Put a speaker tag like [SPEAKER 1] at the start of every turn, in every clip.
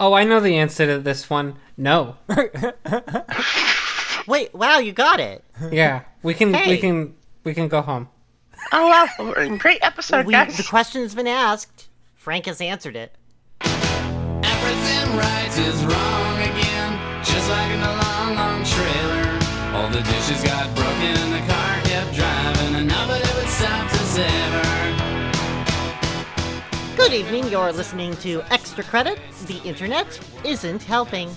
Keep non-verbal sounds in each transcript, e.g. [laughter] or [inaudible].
[SPEAKER 1] Oh, I know the answer to this one. [laughs] No.
[SPEAKER 2] Wait, wow, you got it.
[SPEAKER 1] Yeah, we can we
[SPEAKER 2] Hey.
[SPEAKER 1] can we can go home.
[SPEAKER 3] Oh wow, great episode,
[SPEAKER 2] We,
[SPEAKER 3] guys.
[SPEAKER 2] the question's been asked. Frank has answered it.
[SPEAKER 4] Everything right is wrong again, just like in the long, long trailer. All the dishes got broken, the car kept driving, and nobody would stop to ever.
[SPEAKER 2] Good evening, you're listening to Extra Credit. The internet isn't helping.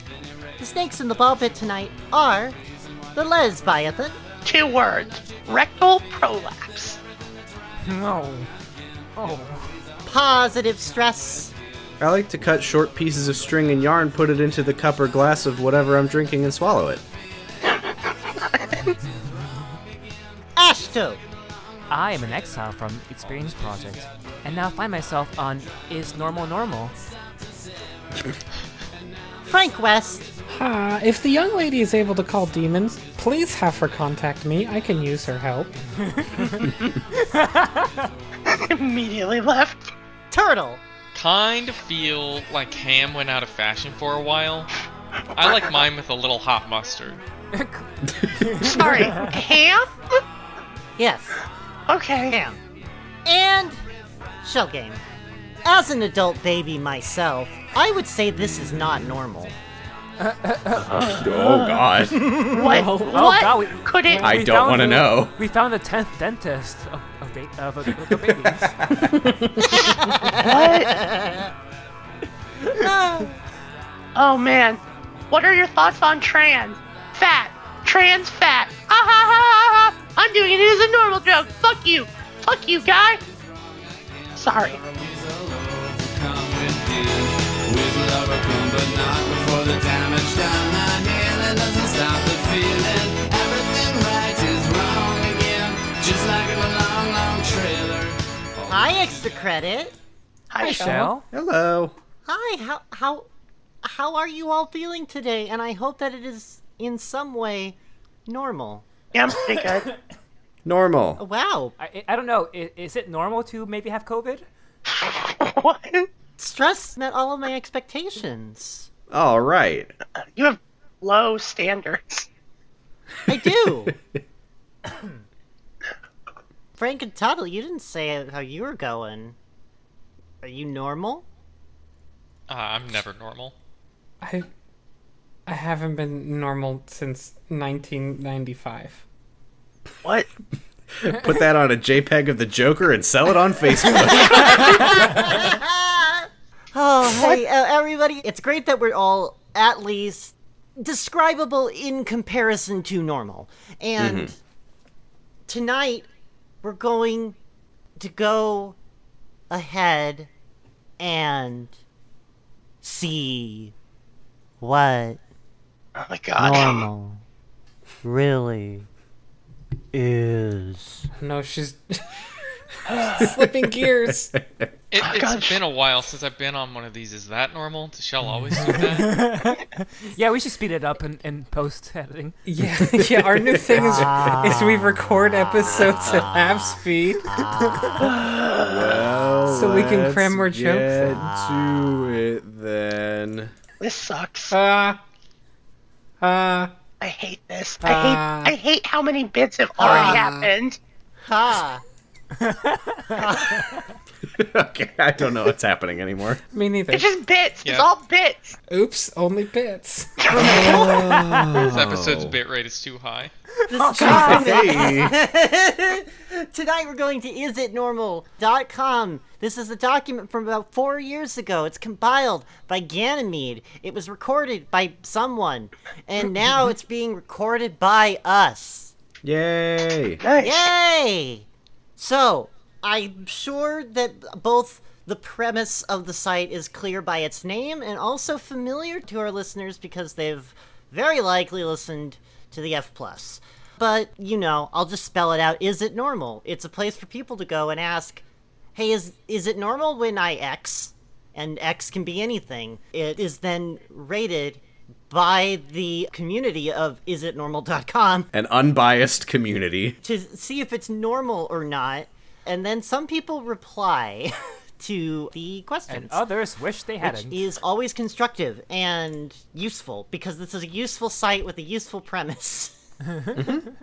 [SPEAKER 2] The snakes in the ball pit tonight are the lesbiathan,
[SPEAKER 3] Two words: rectal prolapse.
[SPEAKER 5] No. Oh.
[SPEAKER 2] positive stress,
[SPEAKER 6] I like to cut short pieces of string and yarn, put it into the cup or glass of whatever I'm drinking, and swallow it.
[SPEAKER 2] ashto,
[SPEAKER 5] I am an exile from Experience Project, and now find myself on Is Normal Normal?
[SPEAKER 2] Frank West,
[SPEAKER 1] Uh, if the young lady is able to call demons, please have her contact me. I can use her help.
[SPEAKER 3] Immediately left.
[SPEAKER 2] turtle,
[SPEAKER 7] Kind of feel like ham went out of fashion for a while. I like mine with a little hot mustard.
[SPEAKER 3] Sorry, ham.
[SPEAKER 2] yes,
[SPEAKER 3] Okay.
[SPEAKER 2] Ham. And Shell Game. As an adult baby myself, I would say this is not normal.
[SPEAKER 8] Oh God,
[SPEAKER 3] What? what?
[SPEAKER 5] God, we-
[SPEAKER 3] Could it?
[SPEAKER 8] I
[SPEAKER 5] We
[SPEAKER 8] don't
[SPEAKER 5] found
[SPEAKER 8] want to
[SPEAKER 5] the-
[SPEAKER 8] know.
[SPEAKER 5] We found the 10th dentist of, of, ba- of, of, of
[SPEAKER 8] [laughs]
[SPEAKER 5] babies.
[SPEAKER 3] Oh man, what are your thoughts on trans? Fat, trans fat. Ah ha ha ha! ha. I'm doing it as a normal joke. Fuck you, fuck you, guy. Sorry.
[SPEAKER 4] Is a love to come with you. With love will come, but not before the damage done. I nearly doesn't stop the feeling. Everything right is wrong again, just like in the long, long trailer.
[SPEAKER 2] Hi, extra credit.
[SPEAKER 3] Hi,
[SPEAKER 5] Shell?
[SPEAKER 6] Hello.
[SPEAKER 2] Hi, how how how are you all feeling today? And I hope that it is in some way normal.
[SPEAKER 3] Yeah, I'm pretty good. [laughs]
[SPEAKER 6] Normal.
[SPEAKER 2] Wow,
[SPEAKER 5] I, I don't know. Is, is it normal to maybe have COVID?
[SPEAKER 3] what?
[SPEAKER 2] stress met all of my expectations.
[SPEAKER 6] All right.
[SPEAKER 3] You have low standards.
[SPEAKER 2] I do. Frank and Tuttle, you didn't say how you were going. Are you normal?
[SPEAKER 7] Uh, I'm never normal.
[SPEAKER 1] I I haven't been normal since 1995.
[SPEAKER 3] What?
[SPEAKER 6] [laughs] Put that on a JPEG of the Joker and sell it
[SPEAKER 1] [laughs]
[SPEAKER 6] on Facebook.
[SPEAKER 2] Oh,
[SPEAKER 3] [laughs]
[SPEAKER 2] hey, uh, everybody. It's great that we're all at least describable in comparison to normal. And
[SPEAKER 3] Mm-hmm.
[SPEAKER 2] tonight, we're going to go ahead and see what
[SPEAKER 3] Oh my god.
[SPEAKER 2] normal really is.
[SPEAKER 1] No, she's [laughs] slipping gears.
[SPEAKER 7] It,
[SPEAKER 3] gosh.
[SPEAKER 7] it's been a while since I've been on one of these. Is that normal? Does Shell always do that?
[SPEAKER 5] Yeah, we should speed it up in, in post editing.
[SPEAKER 1] Yeah, yeah. Our [laughs] new thing is is we record episodes at half speed.
[SPEAKER 6] well,
[SPEAKER 1] So we can
[SPEAKER 6] let's
[SPEAKER 1] cram more jokes
[SPEAKER 6] get
[SPEAKER 1] in.
[SPEAKER 6] to it then. [laughs]
[SPEAKER 3] This sucks.
[SPEAKER 1] Uh, uh,
[SPEAKER 3] I hate this. I hate. I hate how many bits have already happened.
[SPEAKER 2] Ha!
[SPEAKER 6] okay, I don't know what's happening anymore.
[SPEAKER 1] me neither.
[SPEAKER 3] It's just bits. It's
[SPEAKER 7] Yeah.
[SPEAKER 3] all bits.
[SPEAKER 1] Oops, only bits.
[SPEAKER 7] This episode's bitrate is too high.
[SPEAKER 2] [laughs]
[SPEAKER 6] Hey,
[SPEAKER 2] Tonight we're going to isitnormal.com. This is a document from about four years ago. It's compiled by Ganymede. It was recorded by someone, and now it's being recorded by us.
[SPEAKER 6] yay!
[SPEAKER 3] Nice.
[SPEAKER 2] Yay! So, I'm sure that both the premise of the site is clear by its name and also familiar to our listeners because they've very likely listened to the F plus. But, you know, I'll just spell it out. Is it normal? It's a place for people to go and ask, "Hey, is is it normal when I X?" And X can be anything. It is then rated by the community of isitnormal.com
[SPEAKER 6] An unbiased community.
[SPEAKER 2] to see if it's normal or not. And then some people reply [laughs] to the questions.
[SPEAKER 5] And others wish they
[SPEAKER 2] which
[SPEAKER 5] hadn't.
[SPEAKER 2] is always constructive and useful because this is a useful site with a useful premise. [laughs]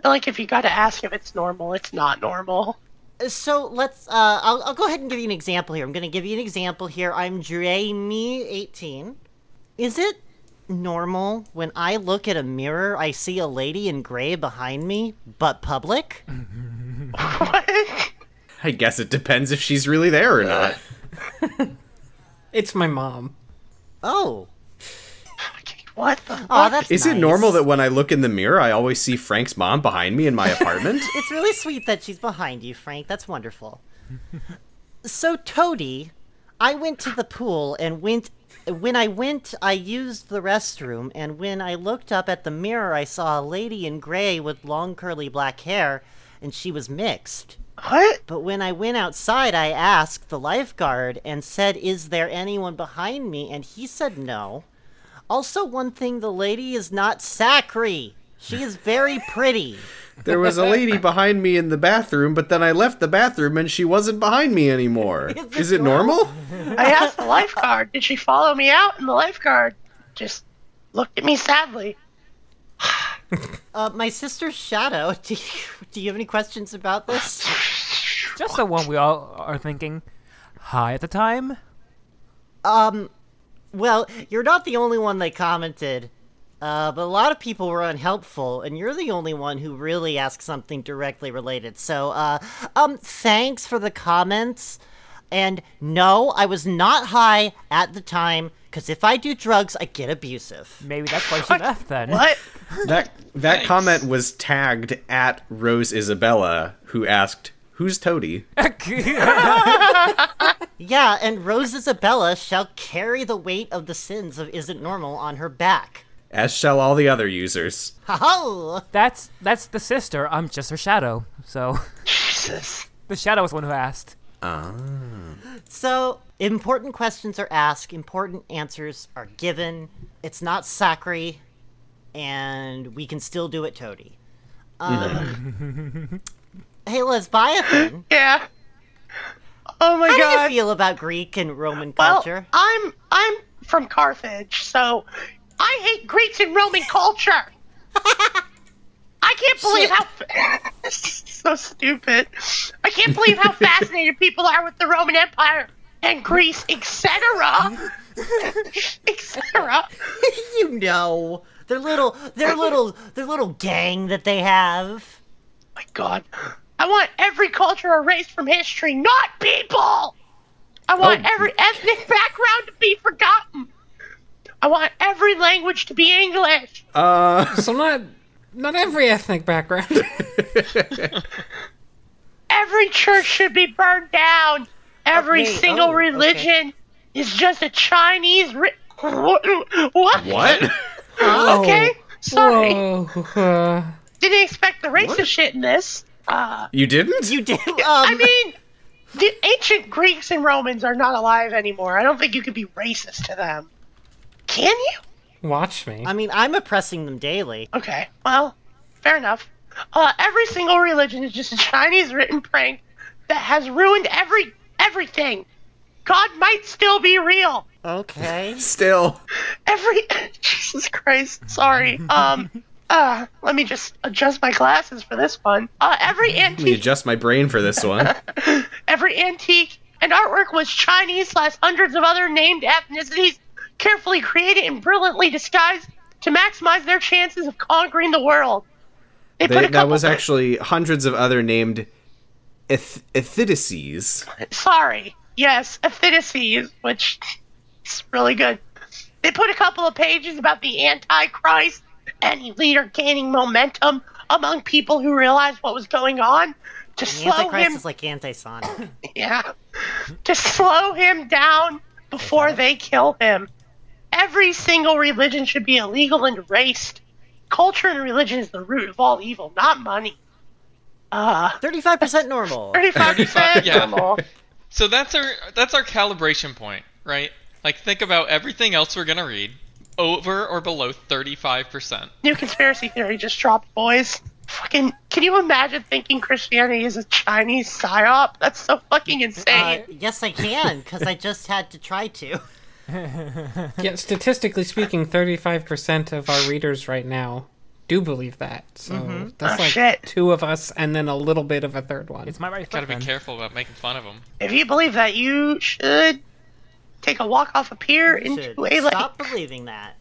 [SPEAKER 3] Like, if you gotta ask if it's normal, it's not normal. [laughs]
[SPEAKER 2] So let's. Uh, I'll, I'll go ahead and give you an example here. I'm going to give you an example here. I'm Jamie18. Is it normal when I look at a mirror, I see a lady in gray behind me, but public?
[SPEAKER 3] What?
[SPEAKER 6] I guess it depends if she's really there
[SPEAKER 1] [laughs]
[SPEAKER 6] or not.
[SPEAKER 1] It's my mom.
[SPEAKER 2] Oh,
[SPEAKER 3] what the fuck?
[SPEAKER 2] oh, that's.
[SPEAKER 6] Is it
[SPEAKER 2] nice.
[SPEAKER 6] normal that when I look in the mirror, I always see Frank's mom behind me in
[SPEAKER 1] [laughs]
[SPEAKER 6] my apartment?
[SPEAKER 2] It's really sweet that she's behind you, Frank. That's wonderful. so, Toady, I went to the pool and went. When I went, I used the restroom, and when I looked up at the mirror, I saw a lady in gray with long curly black hair, and she was mixed.
[SPEAKER 3] What?
[SPEAKER 2] But when I went outside, I asked the lifeguard and said, Is there anyone behind me? And he said no. Also, one thing the lady is not Sacri. She is very pretty.
[SPEAKER 6] there was a lady behind me in the bathroom, but then I left the bathroom and she wasn't behind me anymore.
[SPEAKER 2] it
[SPEAKER 6] Is it normal?
[SPEAKER 3] I asked the lifeguard, did she follow me out? And the lifeguard just looked at me sadly.
[SPEAKER 2] Uh, my sister's shadow. [laughs] Do you, do you have any questions about this?
[SPEAKER 5] Just the one we all are thinking. Hi at the time.
[SPEAKER 2] Well, you're not the only one that commented, uh, but a lot of people were unhelpful, and you're the only one who really asked something directly related. So, uh, um, thanks for the comments. And no, I was not high at the time, because if I do drugs, I get abusive.
[SPEAKER 5] Maybe that's why she left then.
[SPEAKER 3] What?
[SPEAKER 6] That that comment was tagged at Rose Isabella, who asked, "Who's Toady?"
[SPEAKER 2] Yeah, and Rose Isabella shall carry the weight of the sins of Isn't Normal on her back.
[SPEAKER 6] As shall all the other users.
[SPEAKER 2] Ha ho!
[SPEAKER 5] [laughs] that's that's the sister. I'm just her shadow. So
[SPEAKER 3] Jesus.
[SPEAKER 5] the shadow was the one who asked.
[SPEAKER 2] So, important questions are asked, important answers are given. It's not Sakri, and we can still do it, Toady. [laughs] Um, hey, [laughs] Lesbiathan,
[SPEAKER 3] Yeah. Oh my
[SPEAKER 2] how do you
[SPEAKER 3] god.
[SPEAKER 2] feel about Greek and Roman
[SPEAKER 3] Well,
[SPEAKER 2] culture?
[SPEAKER 3] I'm I'm from Carthage, so I hate Greeks and Roman culture. I can't believe how this is [laughs] so stupid. I can't believe how fascinated people are with the Roman Empire and Greece, etc. etc.
[SPEAKER 2] you know, their little, their little, their little gang that they have.
[SPEAKER 3] my god. I want every culture erased from history, not people! I want every ethnic background to be forgotten. I want every language to be English.
[SPEAKER 6] Uh,
[SPEAKER 1] So not not every ethnic background.
[SPEAKER 3] Every church should be burned down. Every
[SPEAKER 2] wait,
[SPEAKER 3] single
[SPEAKER 2] oh, okay.
[SPEAKER 3] religion is just a Chinese. Ri- [laughs] what?
[SPEAKER 6] What?
[SPEAKER 3] [laughs] Okay, sorry.
[SPEAKER 1] Whoa. uh,
[SPEAKER 3] Didn't expect the racist shit in this. Uh,
[SPEAKER 6] you didn't?
[SPEAKER 2] You [laughs] did. Um,
[SPEAKER 3] I mean, the ancient Greeks and Romans are not alive anymore. I don't think you could be racist to them. Can you?
[SPEAKER 1] watch
[SPEAKER 5] Uh,
[SPEAKER 1] me.
[SPEAKER 2] I mean, I'm oppressing them daily.
[SPEAKER 3] Okay, well, fair enough. Uh, every single religion is just a Chinese written prank that has ruined every everything. God might still be real.
[SPEAKER 2] [laughs] Okay.
[SPEAKER 6] Still.
[SPEAKER 3] Every [laughs] Jesus Christ, sorry.
[SPEAKER 6] [laughs]
[SPEAKER 3] Um, uh, let me just adjust my glasses for this one. Uh, every
[SPEAKER 6] Let me
[SPEAKER 3] antique,
[SPEAKER 6] adjust my brain for this one.
[SPEAKER 3] every antique and artwork was Chinese slash hundreds of other named ethnicities, carefully created and brilliantly disguised to maximize their chances of conquering the world. They, put
[SPEAKER 6] They,
[SPEAKER 3] a
[SPEAKER 6] that
[SPEAKER 3] couple
[SPEAKER 6] was actually hundreds of other named eth- Ethidices.
[SPEAKER 3] sorry. Yes, Aphidices, which is really good. They put a couple of pages about the Antichrist, any leader gaining momentum among people who realized what was going on to
[SPEAKER 2] The
[SPEAKER 3] slow
[SPEAKER 2] Antichrist
[SPEAKER 3] him
[SPEAKER 2] is like anti-sonic.
[SPEAKER 3] yeah. To slow him down before they kill him. Every single religion should be illegal and erased. Culture and religion is the root of all evil, not money. Uh,
[SPEAKER 2] Thirty-five percent [laughs] normal.
[SPEAKER 3] 35%
[SPEAKER 7] Yeah.
[SPEAKER 3] normal.
[SPEAKER 7] So that's our that's our calibration point, right? Like think about everything else we're gonna read, over or below thirty five percent.
[SPEAKER 3] New conspiracy theory just dropped, boys. Fucking, can you imagine thinking Christianity is a Chinese psyop? That's so fucking
[SPEAKER 2] Uh,
[SPEAKER 3] insane.
[SPEAKER 2] yes, I can, because I just had to try to.
[SPEAKER 1] Yeah, statistically speaking, 35% of our readers right now do believe that. So
[SPEAKER 5] Mm-hmm.
[SPEAKER 1] that's
[SPEAKER 3] Oh,
[SPEAKER 1] like
[SPEAKER 3] shit.
[SPEAKER 1] two of us and then a little bit of a third one.
[SPEAKER 5] Ah, It's my right foot.
[SPEAKER 7] Gotta be
[SPEAKER 5] then.
[SPEAKER 7] careful about making fun of them.
[SPEAKER 3] if you believe that, you should take a walk off a pier
[SPEAKER 2] [laughs] Should
[SPEAKER 3] into a lake.
[SPEAKER 2] stop believing that.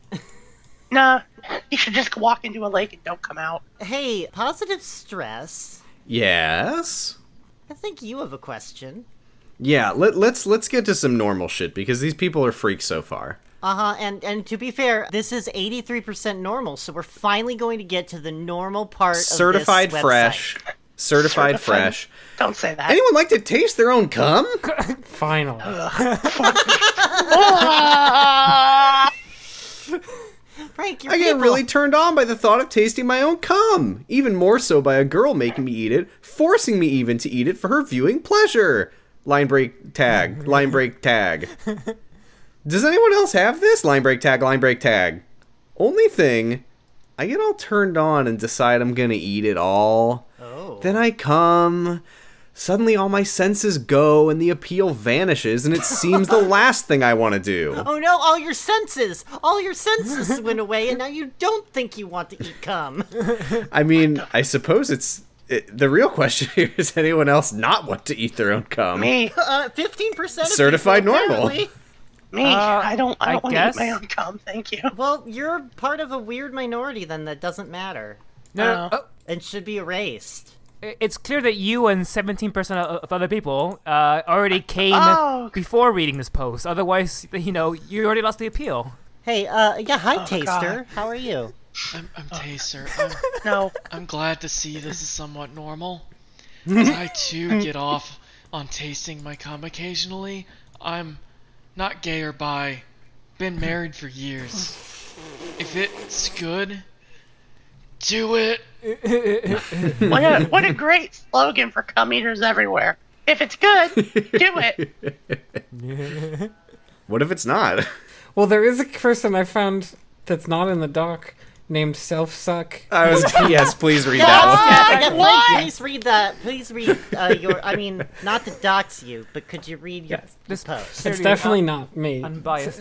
[SPEAKER 3] Nah, you should just walk into a lake and don't come out.
[SPEAKER 2] hey, positive stress.
[SPEAKER 6] Yes.
[SPEAKER 2] I think you have a question.
[SPEAKER 6] Yeah, let, let's let's get to some normal shit because these people are freaks so far.
[SPEAKER 2] Uh huh. And and to be fair, this is eighty three percent normal, so we're finally going to get to the normal part.
[SPEAKER 6] Certified
[SPEAKER 2] of this website.
[SPEAKER 6] fresh. Certified
[SPEAKER 3] Certified-
[SPEAKER 6] fresh.
[SPEAKER 3] Don't say that.
[SPEAKER 6] Anyone like to taste their own cum?
[SPEAKER 1] Finally.
[SPEAKER 5] [gasps]
[SPEAKER 2] Frank, you're
[SPEAKER 6] I get
[SPEAKER 2] people.
[SPEAKER 6] really turned on by the thought of tasting my own cum. Even more so by a girl making me eat it, forcing me even to eat it for her viewing pleasure. Line
[SPEAKER 2] [laughs]
[SPEAKER 6] break tag. Line break tag. Does anyone else have this? Line break tag, line break tag. Only thing, I get all turned on and decide I'm gonna eat it all.
[SPEAKER 2] Oh.
[SPEAKER 6] Then I come. Suddenly all my senses go and the appeal vanishes and it
[SPEAKER 2] [laughs]
[SPEAKER 6] seems the last thing I want to do.
[SPEAKER 2] Oh no! All your senses, all your
[SPEAKER 6] [laughs]
[SPEAKER 2] senses went away, and now you don't think you want to eat cum.
[SPEAKER 6] I mean, I suppose it's it, the real question [laughs] here is anyone else not want to eat their own cum?
[SPEAKER 3] me,
[SPEAKER 6] Uh,
[SPEAKER 2] Fifteen percent
[SPEAKER 6] Certified normal.
[SPEAKER 3] me. I don't. I
[SPEAKER 5] I
[SPEAKER 3] don't want to eat
[SPEAKER 5] guess-
[SPEAKER 3] my own cum. Thank you.
[SPEAKER 2] Well, you're part of a weird minority then that doesn't matter
[SPEAKER 5] No, no,
[SPEAKER 3] Oh.
[SPEAKER 5] oh,
[SPEAKER 2] and should be erased.
[SPEAKER 5] i- it's clear that you and 17% o- of other people uh, already came
[SPEAKER 3] Oh.
[SPEAKER 5] before reading this post. Otherwise, you know, you already lost the appeal.
[SPEAKER 2] Hey, uh, yeah,
[SPEAKER 6] Oh,
[SPEAKER 2] hi, Taster. How are you?
[SPEAKER 7] I'm, I'm Taser. I'm,
[SPEAKER 3] No.
[SPEAKER 7] I'm glad to see this is
[SPEAKER 3] [laughs]
[SPEAKER 7] somewhat normal. As I too get off on tasting my cum occasionally. I'm not gay or bi. Been married for years. If it's good, do it.
[SPEAKER 3] What a what a great slogan for cum eaters everywhere. If it's good, do it.
[SPEAKER 6] [laughs] What if it's not? [laughs]
[SPEAKER 1] Well, there is a person I found that's not in the doc named Self Suck.
[SPEAKER 5] Uh,
[SPEAKER 3] [laughs]
[SPEAKER 6] I was yes, please read that
[SPEAKER 2] Yeah, yeah, [laughs] Frank, please read that. Please read uh, your. I mean, not to dox you, but could you read your
[SPEAKER 5] Yes, this-
[SPEAKER 2] post?
[SPEAKER 1] It's
[SPEAKER 5] Clearly,
[SPEAKER 1] definitely
[SPEAKER 5] uh,
[SPEAKER 1] not me.
[SPEAKER 5] unbiased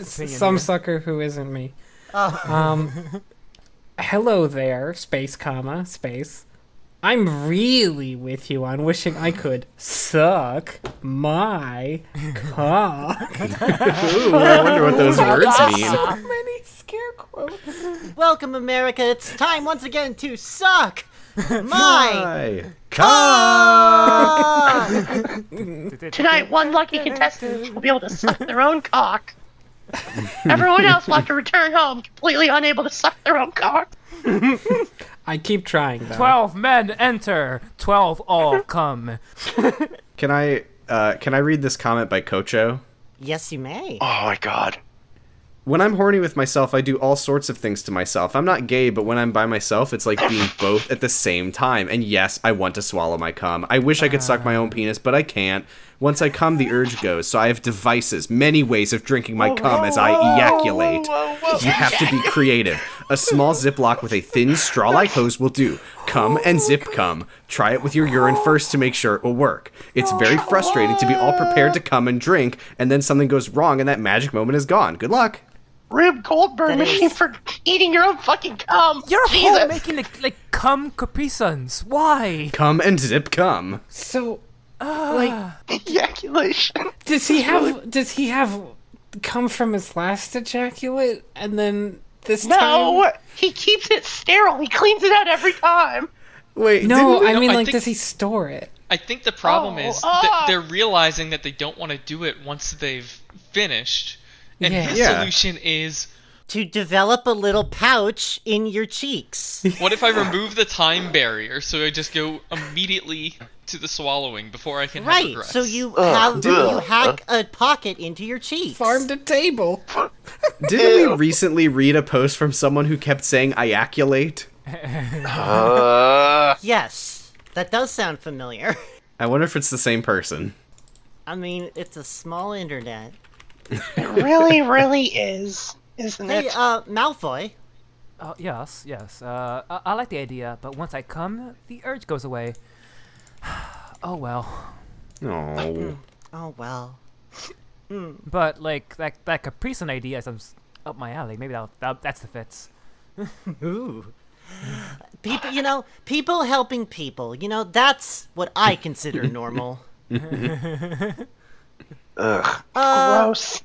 [SPEAKER 1] S- s-
[SPEAKER 5] opinion Oh.
[SPEAKER 1] some
[SPEAKER 5] here.
[SPEAKER 1] sucker who isn't me. Um,
[SPEAKER 5] [laughs]
[SPEAKER 1] hello there, space, comma, space. I'm really with you on wishing I could suck my
[SPEAKER 5] [laughs]
[SPEAKER 1] cock.
[SPEAKER 6] one. Ooh, I wonder what those words mean.
[SPEAKER 1] Many scare quotes.
[SPEAKER 2] Welcome, America. It's time once again to suck my.
[SPEAKER 6] Hi. Cum.
[SPEAKER 2] cock.
[SPEAKER 3] Tonight, one lucky contestant will be able to suck their own cock. Everyone else will have to return home completely unable to suck their own cock.
[SPEAKER 1] I keep trying though.
[SPEAKER 5] 12 men enter, 12 all [laughs] come.
[SPEAKER 6] Can I uh, can I read this comment by Kocho?
[SPEAKER 2] [laughs] yes, you may.
[SPEAKER 8] Oh my god.
[SPEAKER 6] When I'm horny with myself, I do all sorts of things to myself. I'm not gay, but when I'm by myself, it's like being both at the same time. And yes, I want to swallow my cum. I wish I could suck my own penis, but I can't. Once I cum, the urge goes. So I have devices, many ways of drinking my cum as I ejaculate. You have to be creative. A small Ziploc with a thin straw-like hose will do. Cum and zip cum. Try it with your urine first to make sure it will work. It's very frustrating to be all prepared to cum and drink, and then something goes wrong and that magic moment is gone. Good luck.
[SPEAKER 3] Rube Goldberg
[SPEAKER 2] That is-
[SPEAKER 3] machine for eating your own fucking cum.
[SPEAKER 5] You're
[SPEAKER 3] Jesus.
[SPEAKER 5] home making like, like cum Capri Suns. Why?
[SPEAKER 6] Come and zip come.
[SPEAKER 1] So, like,
[SPEAKER 3] ejaculation.
[SPEAKER 1] does he have? Does he have? Come from his last ejaculate, and then this time.
[SPEAKER 3] [laughs] No, he keeps it sterile. He cleans it out every time.
[SPEAKER 6] Wait,
[SPEAKER 1] No, I
[SPEAKER 7] No,
[SPEAKER 1] mean,
[SPEAKER 7] I
[SPEAKER 6] [laughs]
[SPEAKER 1] like,
[SPEAKER 7] think-
[SPEAKER 1] does he store it?
[SPEAKER 7] I think the problem
[SPEAKER 3] Oh,
[SPEAKER 7] is that
[SPEAKER 3] ah.
[SPEAKER 7] they're realizing that they don't want to do it once they've finished. And
[SPEAKER 1] Yeah.
[SPEAKER 7] his
[SPEAKER 6] Yeah.
[SPEAKER 7] solution is
[SPEAKER 2] To develop a little pouch in your cheeks.
[SPEAKER 7] what if I remove the time barrier so I just go immediately to the swallowing before I can have
[SPEAKER 2] Right,
[SPEAKER 7] regrets?
[SPEAKER 2] so you have you
[SPEAKER 8] ugh.
[SPEAKER 2] hack a pocket into your cheeks.
[SPEAKER 1] Farm to table.
[SPEAKER 6] didn't we recently read a post from someone who kept saying iaculate?
[SPEAKER 8] Uh,
[SPEAKER 2] Yes, that does sound familiar. [laughs]
[SPEAKER 6] I wonder if it's the same person.
[SPEAKER 2] I mean, it's a small internet.
[SPEAKER 3] It really, really is, isn't
[SPEAKER 2] Hey,
[SPEAKER 3] it?
[SPEAKER 2] uh, Malfoy,
[SPEAKER 5] Oh, yes, yes. Uh, I, I like the idea, but once I come, the urge goes away. [sighs] oh well.
[SPEAKER 6] Oh,
[SPEAKER 2] Oh well.
[SPEAKER 5] But like that that capricin idea is up my alley. Maybe that, that that's the fits.
[SPEAKER 2] Ooh. People, you know, people helping people. You know, that's what I [laughs] consider normal.
[SPEAKER 8] Ugh.
[SPEAKER 2] Uh,
[SPEAKER 8] Gross.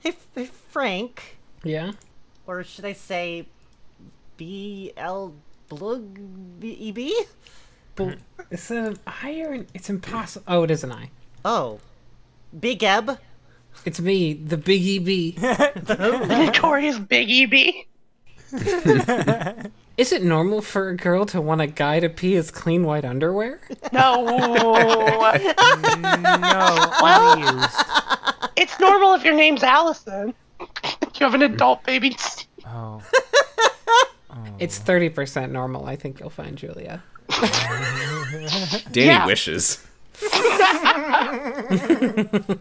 [SPEAKER 2] hey, F- hey, Frank,
[SPEAKER 1] Yeah.
[SPEAKER 2] or should I say, B L Blug E B?
[SPEAKER 1] But is it an I or an? It's impossible. Oh, it is an I.
[SPEAKER 2] Oh, Big Eb.
[SPEAKER 1] It's me, the Big EB.
[SPEAKER 3] Notorious Big EB.
[SPEAKER 1] is it normal for a girl to want a guy to pee his clean white underwear?
[SPEAKER 3] [laughs] No.
[SPEAKER 5] [laughs] No,
[SPEAKER 3] Well-
[SPEAKER 5] unused.
[SPEAKER 3] it's normal if your name's Allison. you have an adult baby.
[SPEAKER 5] Oh,
[SPEAKER 1] It's thirty percent normal. I think you'll find Julia.
[SPEAKER 6] Danny
[SPEAKER 3] Yeah.
[SPEAKER 6] wishes.
[SPEAKER 7] I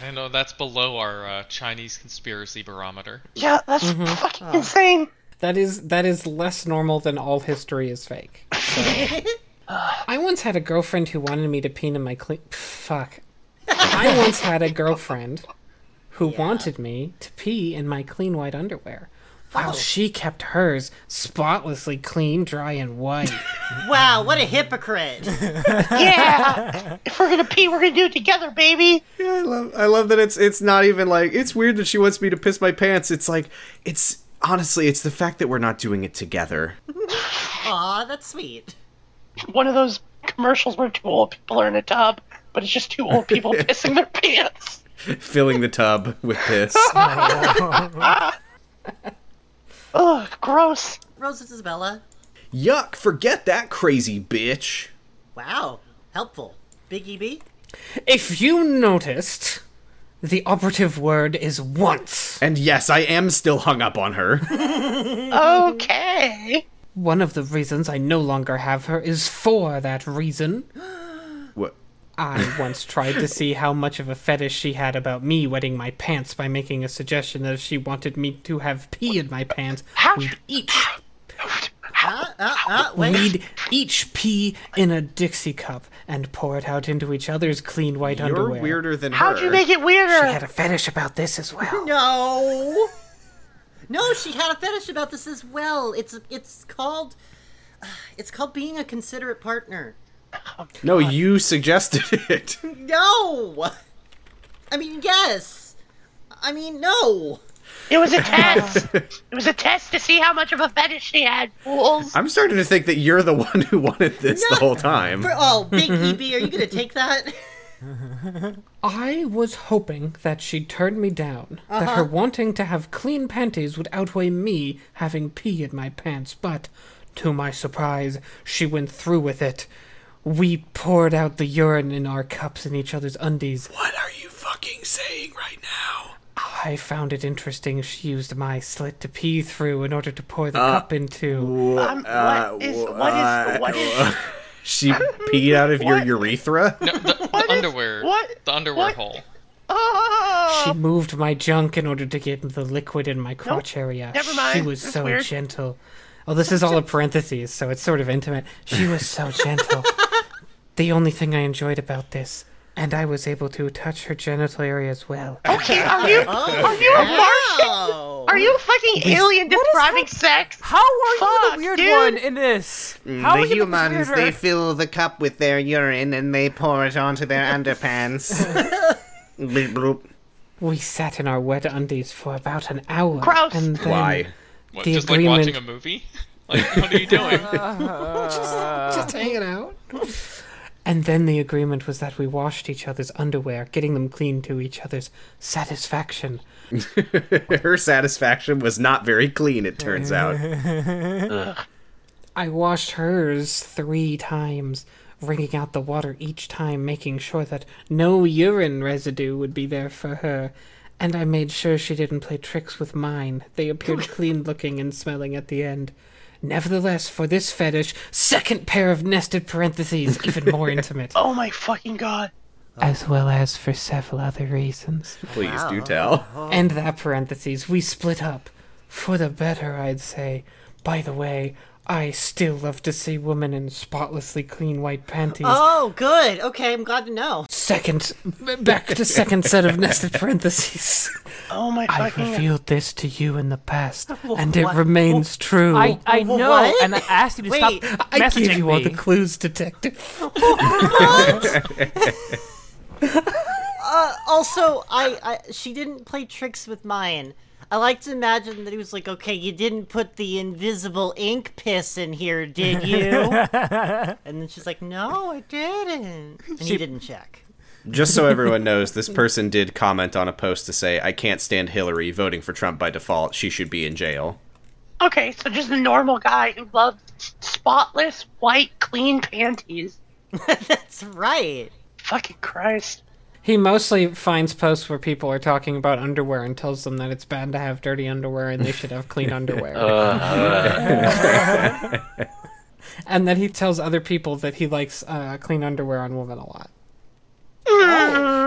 [SPEAKER 7] don't know. That's below our uh, Chinese conspiracy barometer.
[SPEAKER 3] Yeah, that's fucking insane.
[SPEAKER 1] That is that is less normal than all history is fake. So- I once had a girlfriend who wanted me to pee in my clean. Fuck. I once had a girlfriend who wanted me to pee in my clean white underwear, while she kept hers spotlessly clean, dry, and white.
[SPEAKER 2] Wow, what a hypocrite! [laughs]
[SPEAKER 3] Yeah. if we're gonna pee, we're gonna do it together, baby.
[SPEAKER 6] Yeah, I love I love that it's it's not even like it's weird that she wants me to piss my pants. It's like it's honestly it's the fact that we're not doing it together. [laughs]
[SPEAKER 2] Aw, that's sweet.
[SPEAKER 3] One of those commercials where two old people are in a tub, but it's just two old people pissing their pants.
[SPEAKER 6] Filling the tub with piss.
[SPEAKER 3] Ugh, gross.
[SPEAKER 2] Rose and Isabella.
[SPEAKER 6] Yuck, forget that crazy bitch.
[SPEAKER 2] Wow, helpful. Big E EB.
[SPEAKER 1] if you noticed, the operative word is once.
[SPEAKER 6] And yes, I am still hung up on her.
[SPEAKER 3] Okay.
[SPEAKER 1] One of the reasons I no longer have her is for that reason.
[SPEAKER 6] what?
[SPEAKER 1] I once tried to see how much of a fetish she had about me wetting my pants by making a suggestion that if she wanted me to have pee in my pants, we'd each
[SPEAKER 2] Uh, uh, uh, wait.
[SPEAKER 1] we'd each pee in a Dixie cup and pour it out into each other's clean white
[SPEAKER 6] You're
[SPEAKER 1] underwear.
[SPEAKER 6] weirder than her.
[SPEAKER 3] How'd you make it
[SPEAKER 1] She
[SPEAKER 3] weirder?
[SPEAKER 1] had a fetish about this as well.
[SPEAKER 2] No. No, she had a fetish about this as well. It's it's called it's called being a considerate partner.
[SPEAKER 6] No, you suggested [laughs] it.
[SPEAKER 2] No. I mean, yes. I mean, no.
[SPEAKER 3] It was a test. it was a test to see how much of a fetish she had, fools.
[SPEAKER 6] I'm starting to think that you're the [laughs] one who wanted this the whole time.
[SPEAKER 2] Oh, Big EB, are you gonna take [laughs] that?
[SPEAKER 1] I was hoping that she'd turn me down, that her wanting to have clean panties would outweigh me having pee in my pants, but to my surprise, she went through with it. We poured out the urine in our cups in each other's undies.
[SPEAKER 6] What are you fucking saying right now?
[SPEAKER 1] I found it interesting she used my slit to pee through in order to pour the cup into.
[SPEAKER 3] Um, what is what is what is
[SPEAKER 6] She peed out of your urethra?
[SPEAKER 7] No, the, the underwear.
[SPEAKER 3] what-
[SPEAKER 7] The underwear
[SPEAKER 3] what-
[SPEAKER 7] hole.
[SPEAKER 1] She
[SPEAKER 3] [laughs] oh
[SPEAKER 1] moved my junk in order to get the liquid in my crotch area.
[SPEAKER 3] Never
[SPEAKER 1] She
[SPEAKER 3] mind.
[SPEAKER 1] was
[SPEAKER 3] That's
[SPEAKER 1] so
[SPEAKER 3] weird.
[SPEAKER 1] gentle. Oh, this is all in parentheses, so it's sort of intimate. She was
[SPEAKER 3] [laughs]
[SPEAKER 1] so gentle. the only thing I enjoyed about this, and I was able to touch her genital area as well.
[SPEAKER 3] okay, are you are you a Martian?
[SPEAKER 2] Oh.
[SPEAKER 3] Are you a fucking alien describing sex?
[SPEAKER 5] how are you
[SPEAKER 3] Fuck,
[SPEAKER 5] the weird
[SPEAKER 3] dude.
[SPEAKER 5] one in this? How are you the weirder?
[SPEAKER 6] fill the cup with their urine and they pour it onto their underpants. Bloop, bloop.
[SPEAKER 1] We sat in our wet undies for about an hour.
[SPEAKER 3] Gross.
[SPEAKER 1] And then
[SPEAKER 6] Why?
[SPEAKER 7] What,
[SPEAKER 1] The
[SPEAKER 7] just
[SPEAKER 1] agreement-
[SPEAKER 7] like watching a movie? [laughs] Like, what are
[SPEAKER 3] [laughs]
[SPEAKER 7] you doing?
[SPEAKER 1] just hanging out. And then the agreement was that we washed each other's underwear, getting them clean to each other's satisfaction.
[SPEAKER 6] Her satisfaction was not very clean, it turns [laughs] out.
[SPEAKER 1] I washed hers three times, wringing out the water each time, making sure that no urine residue would be there for her. And I made sure she didn't play tricks with mine. They appeared clean looking and smelling at the end. Nevertheless, for this fetish, second pair of nested parentheses, even more intimate,
[SPEAKER 3] Oh my fucking god.
[SPEAKER 1] as well as for several other reasons.
[SPEAKER 6] Please do tell.
[SPEAKER 1] End that parentheses. We split up. For the better, I'd say. By the way, I still love to see women in spotlessly clean white panties.
[SPEAKER 2] Oh, good. Okay, I'm glad to know.
[SPEAKER 1] Second, back to second set of nested parentheses.
[SPEAKER 3] Oh my
[SPEAKER 1] I
[SPEAKER 3] fucking.
[SPEAKER 1] revealed this to you in the past, and it remains true.
[SPEAKER 5] I, I
[SPEAKER 2] Wh-
[SPEAKER 5] know,
[SPEAKER 2] what?
[SPEAKER 5] and I asked you to
[SPEAKER 2] Wait,
[SPEAKER 5] stop
[SPEAKER 1] I
[SPEAKER 5] messaging
[SPEAKER 1] gave you
[SPEAKER 5] me.
[SPEAKER 1] all the clues, detective.
[SPEAKER 2] Also, I, I she didn't play tricks with mine. I like to imagine that he was like, "Okay, you didn't put the invisible ink piss in here, did [laughs] you?" and then she's like, "No, I didn't." And he didn't check.
[SPEAKER 6] Just so everyone knows, this person did comment on a post to say, I can't stand Hillary voting for Trump by default. She should be in jail.
[SPEAKER 3] Okay, so just a normal guy who loves spotless, white, clean panties.
[SPEAKER 2] That's right.
[SPEAKER 3] Fucking Christ.
[SPEAKER 1] He mostly finds posts where people are talking about underwear and tells them that it's bad to have dirty underwear and they should have clean underwear. and then he tells other people that he likes uh, clean underwear on women a lot.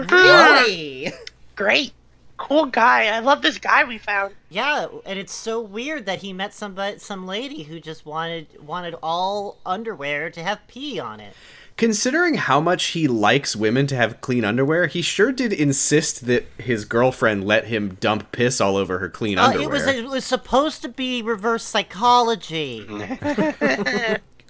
[SPEAKER 2] Really?
[SPEAKER 3] Great. Cool guy. I love this guy we found.
[SPEAKER 2] Yeah, and it's so weird that he met somebody, some lady who just wanted wanted all underwear to have pee on it.
[SPEAKER 6] Considering how much he likes women to have clean underwear, he sure did insist that his girlfriend let him dump piss all over her clean
[SPEAKER 2] Uh,
[SPEAKER 6] underwear.
[SPEAKER 2] it was it was supposed to be reverse psychology.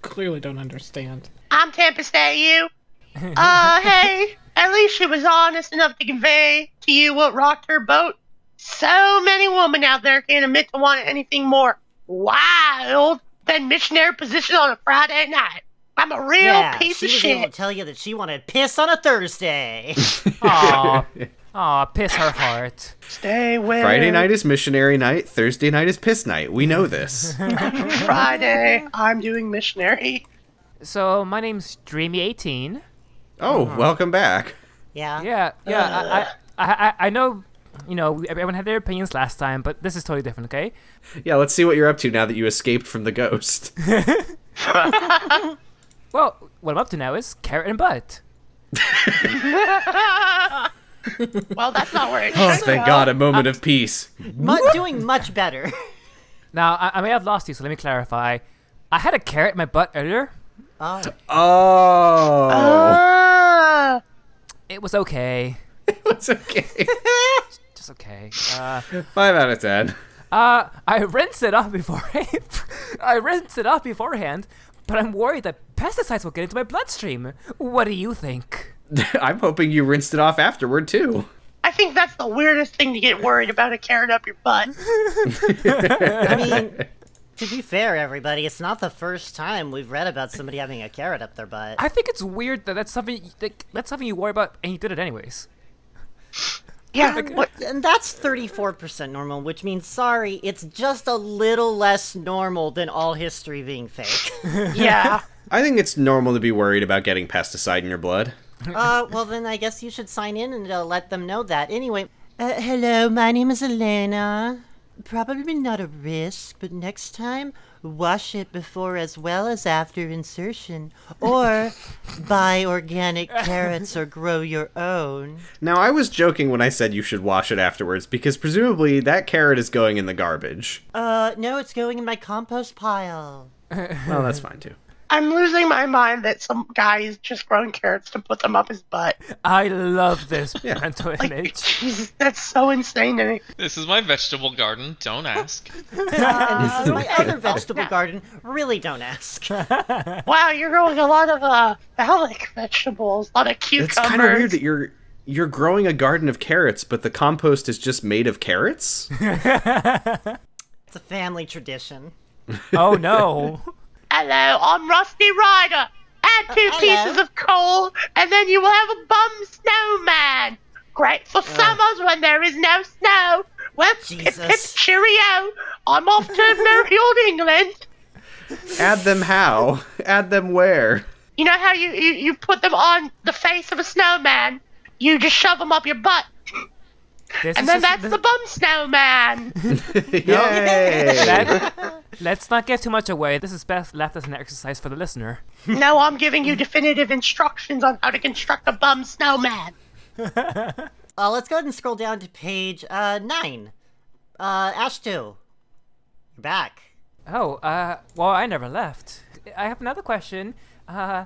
[SPEAKER 1] Clearly don't understand.
[SPEAKER 3] I'm Tempest at you.
[SPEAKER 2] [laughs]
[SPEAKER 3] Uh, hey, at least she was honest enough to convey to you what rocked her boat. So many women out there can't admit to wanting anything more wild than missionary position on a Friday night. I'm a real
[SPEAKER 2] yeah,
[SPEAKER 3] piece
[SPEAKER 2] she
[SPEAKER 3] of
[SPEAKER 2] was
[SPEAKER 3] shit.
[SPEAKER 2] able to tell you that she wanted piss on a Thursday. [laughs]
[SPEAKER 5] Aw, aw, piss her heart.
[SPEAKER 3] Stay with
[SPEAKER 6] Friday night is missionary night, Thursday night is piss night. We know [laughs] this.
[SPEAKER 3] Friday. I'm doing missionary.
[SPEAKER 5] So my name's Dreamy18.
[SPEAKER 6] oh, welcome back.
[SPEAKER 2] yeah.
[SPEAKER 5] Yeah, yeah. I, I, I, I know. You know, we- everyone had their opinions last time, but this is totally different. Okay.
[SPEAKER 6] Yeah, let's see what you're up to now that you escaped from the ghost.
[SPEAKER 5] Well, what I'm up to now is carrot and butt.
[SPEAKER 3] Well, that's not
[SPEAKER 6] [laughs]
[SPEAKER 3] where it
[SPEAKER 6] [laughs] Oh,
[SPEAKER 3] should
[SPEAKER 6] thank God, a moment [laughs] of peace.
[SPEAKER 2] Mu- doing much better.
[SPEAKER 5] Now I, I may have lost you, so let me clarify. I had a carrot in my butt earlier.
[SPEAKER 2] Oh,
[SPEAKER 6] Oh,
[SPEAKER 3] Ah,
[SPEAKER 5] It was okay.
[SPEAKER 6] it's okay.
[SPEAKER 5] Just okay. Uh,
[SPEAKER 6] Five out of ten. [laughs]
[SPEAKER 5] Uh, I rinsed it off before. [laughs] I rinsed it off beforehand, but I'm worried that pesticides will get into my bloodstream. What do you think?
[SPEAKER 6] I'm hoping you rinsed it off afterward too.
[SPEAKER 3] I think that's the weirdest thing to get worried about a carrot up your butt.
[SPEAKER 2] I mean, to be fair, everybody, it's not the first time we've read about somebody having a carrot up their butt.
[SPEAKER 5] I think it's weird that that's something that, that's something you worry about, and you did it anyways.
[SPEAKER 6] [laughs]
[SPEAKER 3] Yeah, what,
[SPEAKER 2] And that's 34% normal, which means, sorry, it's just a little less normal than all history being fake. [laughs]
[SPEAKER 3] yeah.
[SPEAKER 6] I think it's normal to be worried about getting pesticide in your blood.
[SPEAKER 2] uh, well, then I guess you should sign in and uh, let them know that. Anyway, uh, hello, my name is Elena. Probably not a risk, but next time, wash it before as well as after insertion. [laughs] Or buy organic carrots or grow your own.
[SPEAKER 6] Now, I was joking when I said you should wash it afterwards because presumably that carrot is going in the garbage.
[SPEAKER 2] Uh, no, it's going in my compost pile.
[SPEAKER 6] Well, that's fine too.
[SPEAKER 3] I'm losing my mind that some guy is just growing carrots to put them up his butt.
[SPEAKER 5] I love [laughs] this parental
[SPEAKER 3] Like,
[SPEAKER 5] [laughs]
[SPEAKER 3] [laughs]
[SPEAKER 5] image.
[SPEAKER 3] Jesus, that's so insane to me.
[SPEAKER 7] This is my vegetable garden. Don't ask.
[SPEAKER 2] And this is my other [laughs] vegetable garden. Really don't ask. [laughs]
[SPEAKER 3] Wow, you're growing a lot of uh, phallic vegetables, a lot of cucumbers.
[SPEAKER 6] It's kind of weird that you're you're growing a garden of carrots, but the compost is just made of
[SPEAKER 5] [laughs]
[SPEAKER 6] carrots.
[SPEAKER 2] It's a family tradition.
[SPEAKER 5] Oh no!
[SPEAKER 3] Hello, I'm Rusty Ryder. Add two
[SPEAKER 2] hello.
[SPEAKER 3] pieces of coal, and then you will have a bum snowman. Great for summers when there is no snow. Well, pip, pip,
[SPEAKER 2] Jesus.
[SPEAKER 3] cheerio. I'm off to merry old England.
[SPEAKER 6] Add them how? Add them
[SPEAKER 5] [laughs]
[SPEAKER 6] where?
[SPEAKER 3] You know how you, you, you put them on the face of a snowman? You just shove them up your butt,
[SPEAKER 5] This
[SPEAKER 3] and
[SPEAKER 5] is
[SPEAKER 3] then
[SPEAKER 5] just-
[SPEAKER 3] that's
[SPEAKER 5] this-
[SPEAKER 3] the bum snowman.
[SPEAKER 6] Yay!
[SPEAKER 5] that- let's not give too much away. This is best left as an exercise for the listener.
[SPEAKER 3] No, I'm giving you definitive instructions on how to construct a bum snowman.
[SPEAKER 2] Uh, let's go ahead and scroll down to page uh, nine. Uh, Ashtu, back.
[SPEAKER 5] Oh, uh, well, I never left. I have another question. Uh,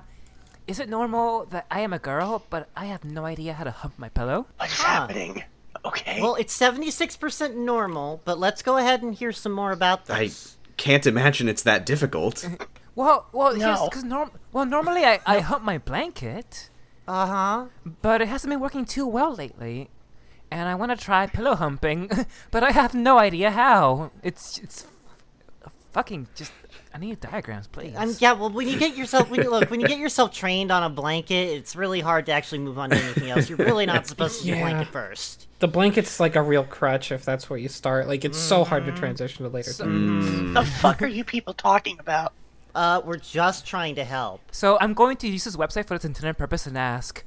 [SPEAKER 5] is it normal that I am a girl, but I have no idea how to hump my pillow?
[SPEAKER 3] What's happening? Okay.
[SPEAKER 2] Well, it's 76% normal, but let's go ahead and hear some more about
[SPEAKER 6] I
[SPEAKER 2] this.
[SPEAKER 6] can't imagine it's that difficult.
[SPEAKER 5] Well, well, here's
[SPEAKER 3] No.
[SPEAKER 5] cause norm- well, normally I, I hump my blanket,
[SPEAKER 2] Uh huh.
[SPEAKER 5] but it hasn't been working too well lately, and I want to try pillow humping, [laughs] but I have no idea how. It's it's f- fucking just. I need diagrams, please.
[SPEAKER 2] I'm, yeah, well, when you get yourself, when you look, when you get yourself trained on a blanket, it's really hard to actually move on to anything else. You're really not supposed to do
[SPEAKER 1] Yeah.
[SPEAKER 2] blanket first.
[SPEAKER 1] The blanket's like a real crutch if that's where you start. Like it's so hard to transition to later.
[SPEAKER 3] the fuck are you people talking about?
[SPEAKER 2] Uh, we're just trying to help.
[SPEAKER 5] So I'm going to use this website for its intended purpose and ask.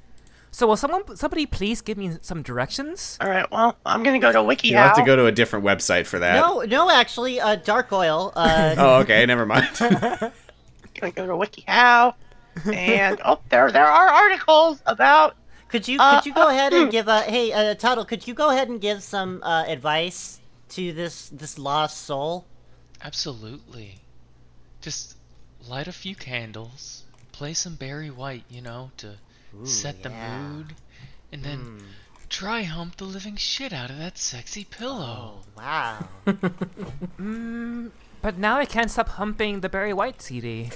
[SPEAKER 5] So will someone, somebody, please give me some directions?
[SPEAKER 3] All right. Well, I'm gonna go to WikiHow.
[SPEAKER 6] You'll have to go to a different website for that.
[SPEAKER 2] No, no, actually, uh, Dark Oil,
[SPEAKER 6] [laughs]
[SPEAKER 2] uh,
[SPEAKER 6] Oh, okay, never mind.
[SPEAKER 5] [laughs]
[SPEAKER 3] gonna go to
[SPEAKER 6] [laughs]
[SPEAKER 3] WikiHow, and oh, there there are articles about.
[SPEAKER 2] could you,
[SPEAKER 3] Uh,
[SPEAKER 2] could you go ahead and give, uh, hey, uh, Tuttle, could you go ahead and give some, uh, advice to this, this lost soul?
[SPEAKER 7] Absolutely. Just light a few candles, play some Barry White, you know, to set
[SPEAKER 2] yeah.
[SPEAKER 7] the mood, and then
[SPEAKER 3] Hmm.
[SPEAKER 7] try hump the living shit out of that sexy pillow.
[SPEAKER 2] Wow.
[SPEAKER 5] But now I can't stop humping the Barry White CD.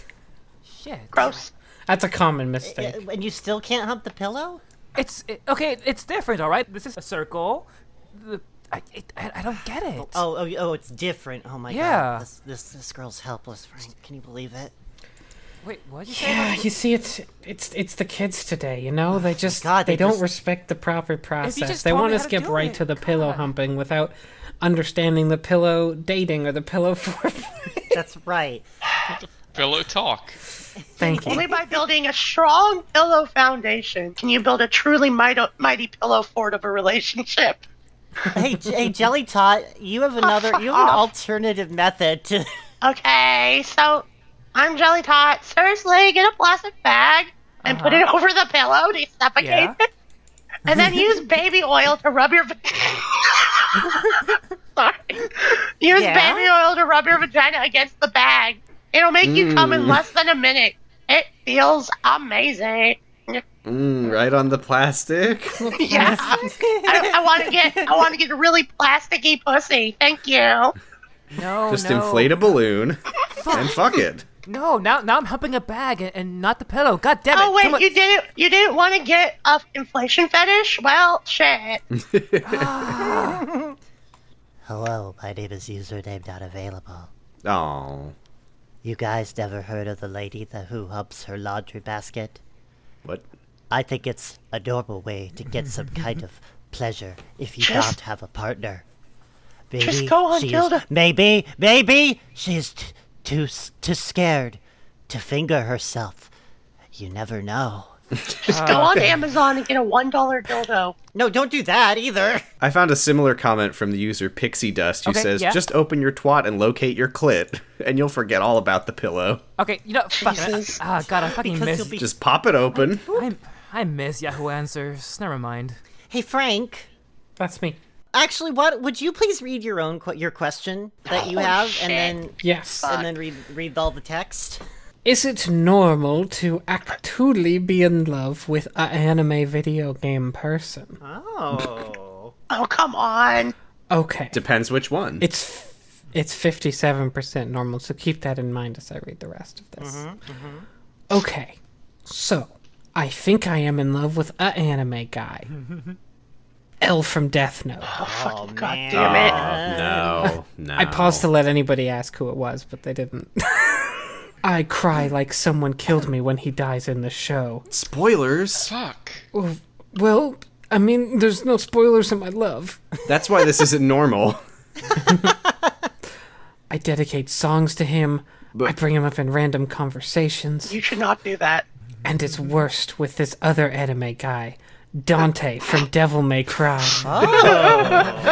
[SPEAKER 5] Shit.
[SPEAKER 3] Gross.
[SPEAKER 1] That's a common
[SPEAKER 2] Yeah,
[SPEAKER 1] mistake.
[SPEAKER 2] Uh, and you still can't hump the pillow?
[SPEAKER 5] It's it, okay. It's different, all right. This is a circle. The, I, it, I I don't get it.
[SPEAKER 2] Oh, oh, oh, it's different. Oh my
[SPEAKER 5] Yeah.
[SPEAKER 2] god. This, this this girl's helpless, Frank. Can you believe it?
[SPEAKER 5] wait, what did you say?
[SPEAKER 1] Yeah,
[SPEAKER 5] about-
[SPEAKER 1] you see, it's it's it's the kids today. You know, they just
[SPEAKER 2] God,
[SPEAKER 1] they,
[SPEAKER 2] they
[SPEAKER 1] don't
[SPEAKER 2] just-
[SPEAKER 1] respect the proper process.
[SPEAKER 5] just
[SPEAKER 1] They
[SPEAKER 5] told me
[SPEAKER 1] want to
[SPEAKER 5] how to
[SPEAKER 1] skip
[SPEAKER 5] do
[SPEAKER 1] right
[SPEAKER 5] it,
[SPEAKER 1] to the pillow
[SPEAKER 5] God.
[SPEAKER 1] humping without understanding the pillow dating or the pillow [laughs] foreplay.
[SPEAKER 2] That's right.
[SPEAKER 7] Oh. Pillow talk.
[SPEAKER 1] Thank you.
[SPEAKER 3] Only by building a strong pillow foundation can you build a truly mighty, mighty pillow fort of a relationship.
[SPEAKER 2] hey, J- hey, Jelly Tot, you have another you have an alternative method to [laughs]
[SPEAKER 3] Okay, so I'm Jelly Tot. Seriously, get a plastic bag and put it over the pillow to suffocate
[SPEAKER 5] Yeah.
[SPEAKER 3] it, and then use baby oil to rub your. va- [laughs] Sorry. Use
[SPEAKER 2] Yeah?
[SPEAKER 3] baby oil to rub your vagina against the bag. It'll make you come in less than a minute. It feels amazing.
[SPEAKER 6] Mm, right on the plastic.
[SPEAKER 3] Yeah. I, I want to get. I want to get a really plasticky pussy. Thank you.
[SPEAKER 5] No,
[SPEAKER 6] Just
[SPEAKER 5] Oh, no.
[SPEAKER 6] inflate a
[SPEAKER 5] [laughs]
[SPEAKER 6] balloon and fuck it.
[SPEAKER 5] No, now now I'm humping a bag and, and not the pillow. God damn it!
[SPEAKER 3] Oh wait,
[SPEAKER 5] someone-
[SPEAKER 3] you didn't. You didn't want to get a inflation fetish? Well, shit.
[SPEAKER 2] Hello, my name is username not available.
[SPEAKER 6] Oh,
[SPEAKER 2] You guys never heard of the lady that who humps her laundry basket?
[SPEAKER 6] what?
[SPEAKER 2] I think it's a normal way to get
[SPEAKER 3] [laughs]
[SPEAKER 2] some kind of pleasure if you
[SPEAKER 3] Just-
[SPEAKER 2] don't have a partner. Maybe
[SPEAKER 3] go on
[SPEAKER 2] she's-
[SPEAKER 3] Gilda.
[SPEAKER 2] Maybe, maybe she's t- too s- too scared to finger herself. You never know.
[SPEAKER 3] Just go on Amazon and get a one dollar dildo.
[SPEAKER 2] No, don't do that either.
[SPEAKER 6] I found a similar comment from the user Pixie Dust who
[SPEAKER 5] Okay,
[SPEAKER 6] says,
[SPEAKER 5] yeah.
[SPEAKER 6] "Just open your twat and locate your clit, and you'll forget all about the pillow.
[SPEAKER 5] Okay, you know, fuck it. Ah, God, I fucking
[SPEAKER 2] Because
[SPEAKER 5] miss.
[SPEAKER 2] you'll be-
[SPEAKER 6] Just pop it open."
[SPEAKER 5] I I miss Yahoo Answers. Never mind.
[SPEAKER 2] Hey Frank,
[SPEAKER 1] That's me.
[SPEAKER 2] actually, what would you please read your own qu- your question that
[SPEAKER 3] Oh,
[SPEAKER 2] you have, and then
[SPEAKER 1] Yes.
[SPEAKER 2] and then read read all the
[SPEAKER 3] [laughs]
[SPEAKER 2] text.
[SPEAKER 1] Is it normal to actually be in love with an anime video game person?
[SPEAKER 2] Uh, Oh,
[SPEAKER 3] Oh come on.
[SPEAKER 1] Okay.
[SPEAKER 6] Depends which one.
[SPEAKER 1] It's f- it's fifty seven percent normal, so keep that in mind as I read the rest of this. Okay, so I think I am in love with a anime guy, L from Death Note.
[SPEAKER 3] Fucking god
[SPEAKER 2] man.
[SPEAKER 3] damn it.
[SPEAKER 6] Uh, no,
[SPEAKER 1] [laughs]
[SPEAKER 6] no.
[SPEAKER 1] I paused to let anybody ask who it was, but they didn't. [laughs] I cry like someone killed me when he dies in the show.
[SPEAKER 6] Spoilers.
[SPEAKER 7] Fuck.
[SPEAKER 1] Well, I mean, there's no spoilers in my love.
[SPEAKER 6] That's why this
[SPEAKER 1] [laughs]
[SPEAKER 6] isn't normal.
[SPEAKER 1] I dedicate songs to him. I bring him up in random conversations.
[SPEAKER 3] You should not do that.
[SPEAKER 1] and it's worst with this other anime guy, Dante from Devil May Cry. Oh.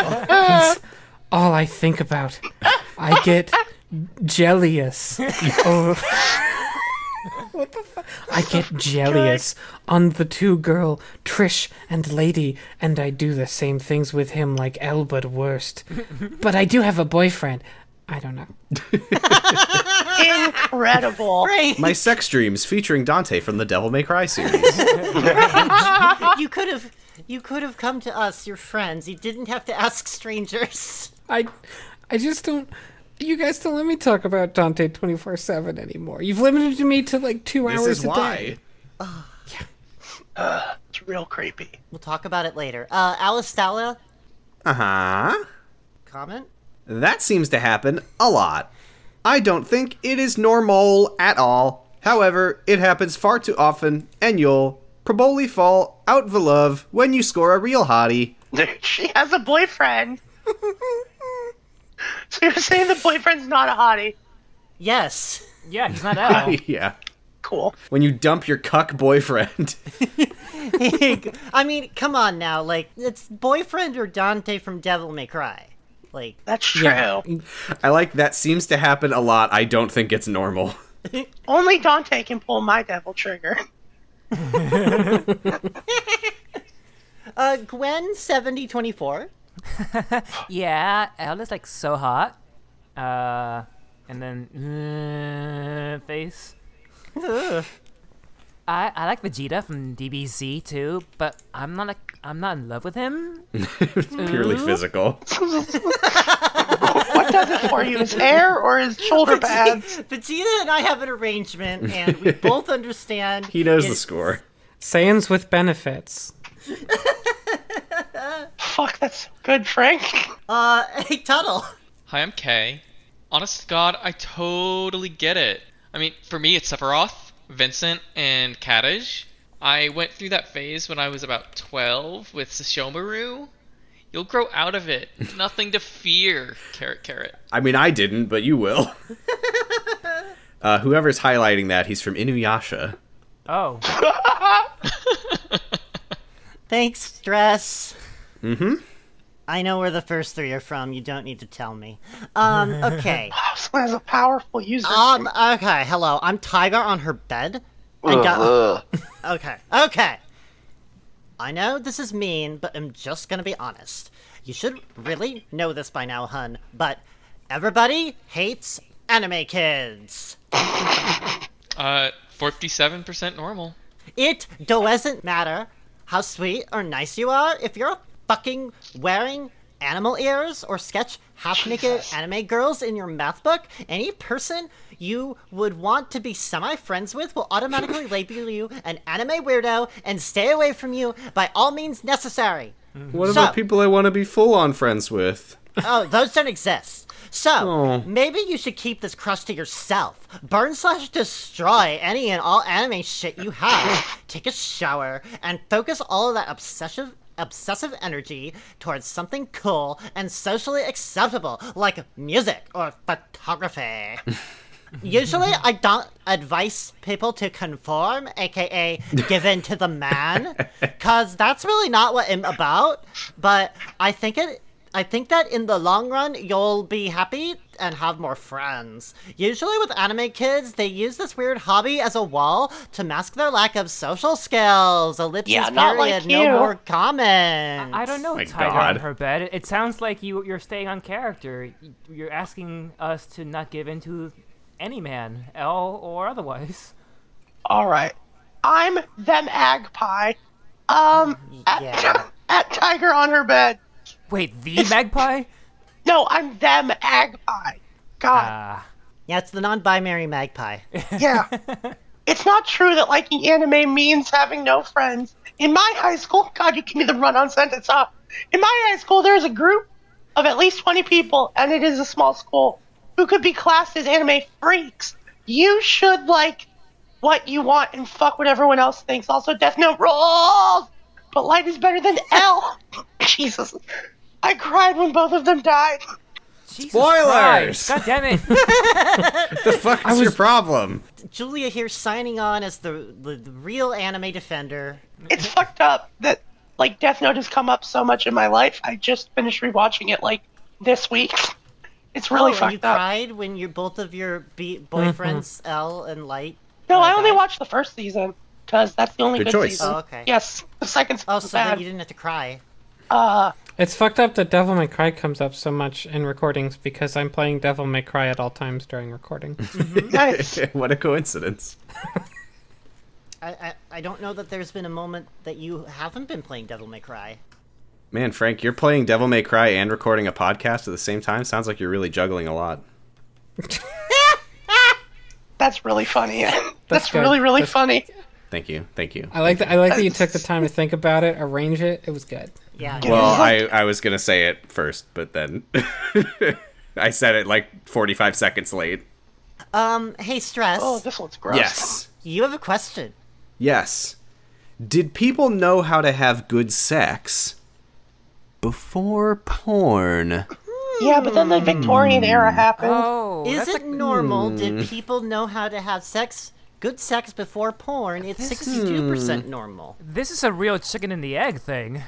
[SPEAKER 1] all I think about. I get jealous. over- I get jealous on the two girl Trish and Lady, and I do the same things with him like Elle, but worst. but I do have a boyfriend. I don't know.
[SPEAKER 3] Incredible.
[SPEAKER 2] Great.
[SPEAKER 6] My sex dreams featuring Dante from the Devil May
[SPEAKER 1] [laughs]
[SPEAKER 6] Cry series.
[SPEAKER 2] you could have you could have come to us, your friends. You didn't have to ask strangers.
[SPEAKER 1] I, I just don't. You guys don't let me talk about Dante twenty four seven anymore. You've limited me to like two
[SPEAKER 6] this
[SPEAKER 1] hours
[SPEAKER 6] is
[SPEAKER 1] a
[SPEAKER 6] why.
[SPEAKER 1] day.
[SPEAKER 3] It's real creepy. [laughs]
[SPEAKER 2] We'll talk about it later. Uh, Alistala,
[SPEAKER 6] Uh huh.
[SPEAKER 2] comment.
[SPEAKER 6] That seems to happen a lot. I don't think it is normal at all. However, it happens far too often, and you'll probably fall out of love when you score a
[SPEAKER 1] [laughs]
[SPEAKER 6] real hottie.
[SPEAKER 3] she has a boyfriend. [laughs] so you're saying the boyfriend's not a hottie?
[SPEAKER 2] Yes.
[SPEAKER 5] Yeah, he's [laughs] not at all.
[SPEAKER 6] yeah.
[SPEAKER 3] Cool.
[SPEAKER 6] When you dump your cuck boyfriend. [laughs]
[SPEAKER 2] I mean, come on now. Like, it's boyfriend or Dante from Devil May Cry. Like,
[SPEAKER 3] That's true.
[SPEAKER 6] I like that seems to happen a lot. I don't think it's normal. [laughs]
[SPEAKER 3] Only Dante can pull my devil trigger.
[SPEAKER 2] uh, Gwen seventy twenty four.
[SPEAKER 5] Yeah, Elle is like so hot. Uh, and then uh, [laughs] face. I I like Vegeta from DBZ too, but I'm not like I'm not in love with him.
[SPEAKER 6] Purely physical.
[SPEAKER 3] what does it for you? His hair or his shoulder pads?
[SPEAKER 2] Vegeta and I have an [laughs] arrangement, and we both understand. [laughs]
[SPEAKER 6] He knows the
[SPEAKER 2] it-
[SPEAKER 6] score.
[SPEAKER 1] Saiyans with benefits.
[SPEAKER 3] Fuck, that's so good, Frank. [laughs]
[SPEAKER 2] Uh, hey Tuttle.
[SPEAKER 7] Hi, I'm Kay. Honest to God, I totally get it. I mean, for me, it's Sephiroth, Vincent, and Kadej. I went through that phase when I was about 12 with Sashomaru. You'll grow out of it. Nothing to fear. Carrot, carrot.
[SPEAKER 6] I mean, I didn't, but
[SPEAKER 1] [laughs]
[SPEAKER 6] you will. uh, whoever's highlighting that, he's from Inuyasha.
[SPEAKER 5] Oh,
[SPEAKER 2] Thanks, stress. Mm-hmm. I know where the first three are from. You don't need to tell me. Um, okay.
[SPEAKER 3] Someone has a powerful user.
[SPEAKER 2] um, okay. Hello, I'm Tiger on her bed. I got. [laughs] Okay. Okay. I know this is mean, but I'm just gonna be honest. You should really know this by now, hun. But everybody hates anime kids.
[SPEAKER 7] Uh, 47% normal.
[SPEAKER 2] It doesn't matter how sweet or nice you are if you're fucking wearing animal ears or sketch half naked anime girls in your math book. Any person you would want to be semi friends with will automatically label you an anime weirdo and stay away from you by all means necessary.
[SPEAKER 6] What
[SPEAKER 2] So-
[SPEAKER 6] about people I want to be full on friends with?
[SPEAKER 2] Oh, those don't exist. So
[SPEAKER 6] Oh.
[SPEAKER 2] maybe you should keep this crush to yourself. Burn slash destroy any and all anime shit you have. Take a shower and focus all of that obsessive obsessive energy towards something cool and socially acceptable, like music or photography. Usually, I don't advise people to conform, aka give in to the man, because that's really not what I'm about. But I think it, I think that in the long run, you'll be happy and have more friends. Usually, with anime kids, they use this weird hobby as a wall to mask their lack of social skills. Ellipsis
[SPEAKER 3] Yeah, not like
[SPEAKER 2] period. no
[SPEAKER 3] you.
[SPEAKER 2] more comments.
[SPEAKER 5] I don't know.
[SPEAKER 6] My
[SPEAKER 5] Tiger
[SPEAKER 6] God.
[SPEAKER 5] on her bed. It- It sounds like you you're staying on character. Y- You're asking us to not give in to any man, L or otherwise.
[SPEAKER 3] All right. I'm them ag pie. Um, at,
[SPEAKER 2] Yeah.
[SPEAKER 3] [laughs] at Tiger on her bed.
[SPEAKER 5] Wait, the [laughs] magpie?
[SPEAKER 3] No, I'm them ag pie. God,
[SPEAKER 5] Ah,
[SPEAKER 2] Yeah, it's the non-binary magpie.
[SPEAKER 3] yeah. It's not true that liking anime means having no friends. In my high school, God, you give me the run-on sentence up. In my high school, there is a group of at least 20 people, and it is a small school, who could be classed as anime freaks. You should like what you want and fuck what everyone else thinks. Also, Death Note rules, but light is better than L. [coughs] Jesus, I cried when both of them died.
[SPEAKER 5] Jesus
[SPEAKER 6] Spoilers!
[SPEAKER 5] Christ. God damn it!
[SPEAKER 6] [laughs] The fuck is your problem?
[SPEAKER 2] Julia here signing on as the the, the real anime defender.
[SPEAKER 3] it's fucked up that like Death Note has come up so much in my life. I just finished rewatching it like this week. [laughs] It's really
[SPEAKER 2] Oh, and
[SPEAKER 3] fucked
[SPEAKER 2] you
[SPEAKER 3] up.
[SPEAKER 2] cried when your both of your be- boyfriends, L and Light.
[SPEAKER 3] No, I
[SPEAKER 2] Okay.
[SPEAKER 3] only watched the first season because that's the only
[SPEAKER 6] Good
[SPEAKER 3] good,
[SPEAKER 6] choice.
[SPEAKER 3] season.
[SPEAKER 2] Oh, okay.
[SPEAKER 3] Yes, the second
[SPEAKER 2] Oh,
[SPEAKER 3] season's
[SPEAKER 2] so then
[SPEAKER 3] Mm-hmm. bad.
[SPEAKER 2] you didn't have to cry.
[SPEAKER 3] Uh,
[SPEAKER 1] It's fucked up that Devil May Cry comes up so much in recordings because I'm playing Devil May Cry at all times during recording.
[SPEAKER 3] [laughs]
[SPEAKER 6] [laughs]
[SPEAKER 3] Nice.
[SPEAKER 6] [laughs] what a coincidence.
[SPEAKER 2] I, I, I don't know that there's been a moment that you haven't been playing Devil May Cry.
[SPEAKER 6] Man, Frank, you're playing Devil May Cry and recording a podcast at the same time. Sounds like you're really juggling a lot.
[SPEAKER 3] That's really funny. [laughs] That's,
[SPEAKER 1] good.
[SPEAKER 3] really, really
[SPEAKER 1] That's-
[SPEAKER 3] funny.
[SPEAKER 6] Thank you. Thank you.
[SPEAKER 1] [laughs] I like that. I like that you took the time to think about it, arrange it. It was good.
[SPEAKER 2] Yeah.
[SPEAKER 1] [laughs]
[SPEAKER 6] Well, I, I was going to say it first, but then [laughs] I said it like 45 seconds late.
[SPEAKER 2] Um, hey, Stress,
[SPEAKER 3] Oh, this one's gross.
[SPEAKER 6] Yes.
[SPEAKER 2] you have a question.
[SPEAKER 6] Yes. Did people know how to have good sex before porn?
[SPEAKER 3] Yeah, but then the Victorian
[SPEAKER 6] Hmm.
[SPEAKER 3] era happened.
[SPEAKER 5] [laughs] Oh,
[SPEAKER 2] Is
[SPEAKER 5] that's
[SPEAKER 2] it normal? Did people know how to have sex, good sex before porn? It's
[SPEAKER 5] This is-
[SPEAKER 2] 62% normal.
[SPEAKER 5] This is a real chicken and the egg thing.